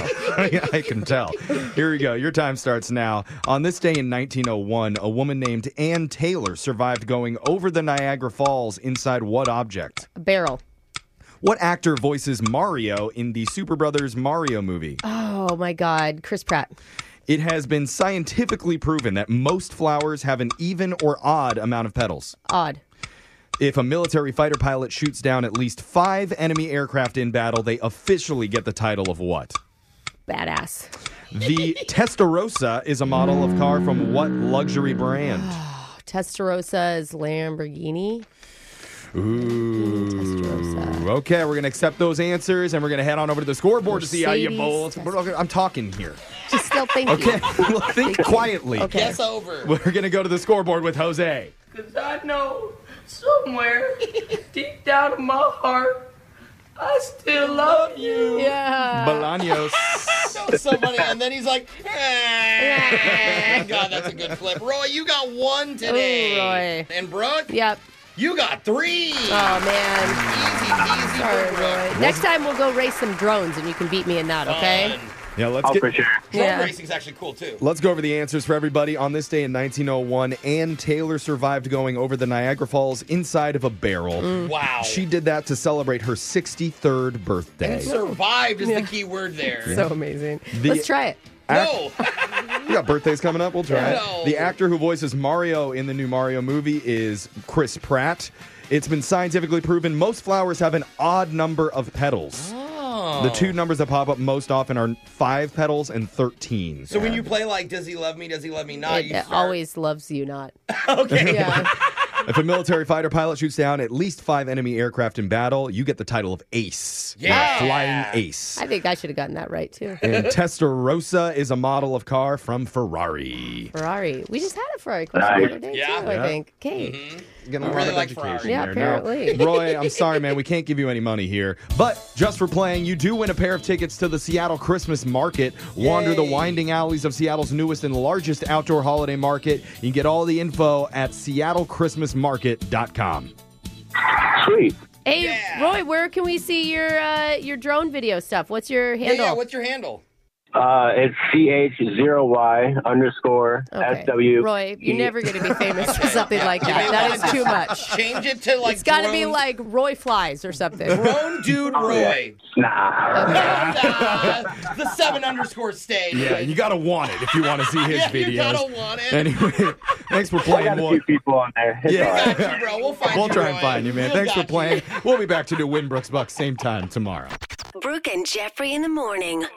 [SPEAKER 3] I can tell. Here we go. Your time starts now. On this day in 1901, a woman named Ann Taylor survived going over the Niagara Falls inside what object?
[SPEAKER 2] A barrel.
[SPEAKER 3] What actor voices Mario in the Super Brothers Mario movie?
[SPEAKER 2] Oh my God, Chris Pratt.
[SPEAKER 3] It has been scientifically proven that most flowers have an even or odd amount of petals.
[SPEAKER 2] Odd.
[SPEAKER 3] If a military fighter pilot shoots down at least five enemy aircraft in battle, they officially get the title of what?
[SPEAKER 2] Badass.
[SPEAKER 3] The Testarossa is a model of car
[SPEAKER 18] Ah.
[SPEAKER 3] from what luxury brand?
[SPEAKER 2] Testarossa is Lamborghini.
[SPEAKER 3] Ooh. Okay, we're going to accept those answers and we're going to head on over to the scoreboard to see how you
[SPEAKER 18] Mercedes
[SPEAKER 3] both. I'm talking here.
[SPEAKER 18] Just still thinking.
[SPEAKER 3] Okay, well, think quietly.
[SPEAKER 18] Okay. Guess over.
[SPEAKER 3] We're going to go to the scoreboard with Jose.
[SPEAKER 19] Because I know somewhere deep down in my heart, I still love you.
[SPEAKER 18] Yeah.
[SPEAKER 3] Bolaños.
[SPEAKER 10] Somebody, and then he's like, eh. God, that's a good flip. Roy, you got one today.
[SPEAKER 18] Ooh,
[SPEAKER 10] Roy. And Brooke,
[SPEAKER 2] Yep.
[SPEAKER 10] you got three.
[SPEAKER 2] Oh
[SPEAKER 10] man. Easy, easy
[SPEAKER 2] Sorry,
[SPEAKER 10] for Brooke.
[SPEAKER 2] Roy. Next time we'll go race some drones and you can beat me in that, okay?
[SPEAKER 3] Yeah, let's get
[SPEAKER 10] Drone
[SPEAKER 2] Yeah.
[SPEAKER 10] racing's actually cool too.
[SPEAKER 3] Let's go over the answers for everybody. On this day in 1901, Ann Taylor survived going over the Niagara Falls inside of a barrel.
[SPEAKER 10] Mm. Wow.
[SPEAKER 3] She did that to celebrate her 63rd birthday.
[SPEAKER 10] And survived is the key word there.
[SPEAKER 2] So amazing.
[SPEAKER 3] The-
[SPEAKER 2] Let's try it.
[SPEAKER 10] No.
[SPEAKER 3] We got birthdays coming up. We'll try
[SPEAKER 10] No.
[SPEAKER 3] it. The actor who voices Mario in the new Mario movie is Chris Pratt. It's been scientifically proven most flowers have an odd number of petals.
[SPEAKER 10] Oh.
[SPEAKER 3] The two numbers that pop up most often are five petals and 13.
[SPEAKER 10] So when you play like, does he love me? Does he love me not?
[SPEAKER 2] It-
[SPEAKER 10] You
[SPEAKER 2] it
[SPEAKER 10] start-
[SPEAKER 2] always loves you not.
[SPEAKER 10] okay.
[SPEAKER 3] If a military fighter pilot shoots down at least five enemy aircraft in battle, you get the title of ace. You're a
[SPEAKER 2] Yeah.
[SPEAKER 3] Flying ace.
[SPEAKER 2] I think I should have gotten that right too.
[SPEAKER 3] And Testarossa is a model of car from Ferrari.
[SPEAKER 2] Ferrari. We just had a Ferrari question the other day too, I
[SPEAKER 3] Yeah.
[SPEAKER 2] think. Okay.
[SPEAKER 10] Mm-hmm.
[SPEAKER 3] Getting a
[SPEAKER 2] I
[SPEAKER 3] lot
[SPEAKER 2] really
[SPEAKER 3] of
[SPEAKER 2] like
[SPEAKER 3] education
[SPEAKER 2] Ferrari. Yeah,
[SPEAKER 3] there now.
[SPEAKER 2] apparently.
[SPEAKER 3] Roy, I'm sorry, man. We can't give you any money here. But just for playing, you do win a pair of tickets to the Seattle Christmas Market. Wander the winding alleys of Seattle's newest and largest outdoor holiday market. You can get all the info at seattlechristmasmarket.com.
[SPEAKER 12] Sweet.
[SPEAKER 2] Hey, Roy, where can we see your uh, your drone video stuff? What's your handle?
[SPEAKER 10] yeah, what's your handle?
[SPEAKER 12] Uh, it's CH0Y underscore
[SPEAKER 2] Oh,
[SPEAKER 12] SW.
[SPEAKER 2] Roy, you're never going to be famous for something like
[SPEAKER 10] You
[SPEAKER 2] that.
[SPEAKER 10] may
[SPEAKER 2] That
[SPEAKER 10] wanna
[SPEAKER 2] is too
[SPEAKER 10] just
[SPEAKER 2] much.
[SPEAKER 10] Change it to like.
[SPEAKER 2] It's got to be
[SPEAKER 10] drone-
[SPEAKER 2] like Roy Flies or something.
[SPEAKER 10] Drone Dude
[SPEAKER 3] Oh,
[SPEAKER 10] Roy.
[SPEAKER 12] Nah.
[SPEAKER 10] Nah, the seven underscore stage.
[SPEAKER 3] Yeah, you gotta want it if you want to see his
[SPEAKER 10] Yeah, you
[SPEAKER 3] videos.
[SPEAKER 10] gotta want it.
[SPEAKER 3] Anyway, thanks for playing.
[SPEAKER 12] I got a
[SPEAKER 3] We'll-
[SPEAKER 12] few people on there. It's
[SPEAKER 3] Yeah.
[SPEAKER 12] all right.
[SPEAKER 10] Got you, bro. We'll find
[SPEAKER 3] We'll
[SPEAKER 10] you,
[SPEAKER 3] try
[SPEAKER 10] Roy.
[SPEAKER 3] and find you, man.
[SPEAKER 10] We'll
[SPEAKER 3] Thanks for
[SPEAKER 10] got you.
[SPEAKER 3] playing. We'll be back to do Winbrooks Bucks same time tomorrow.
[SPEAKER 20] Brooke and Jeffrey in the morning.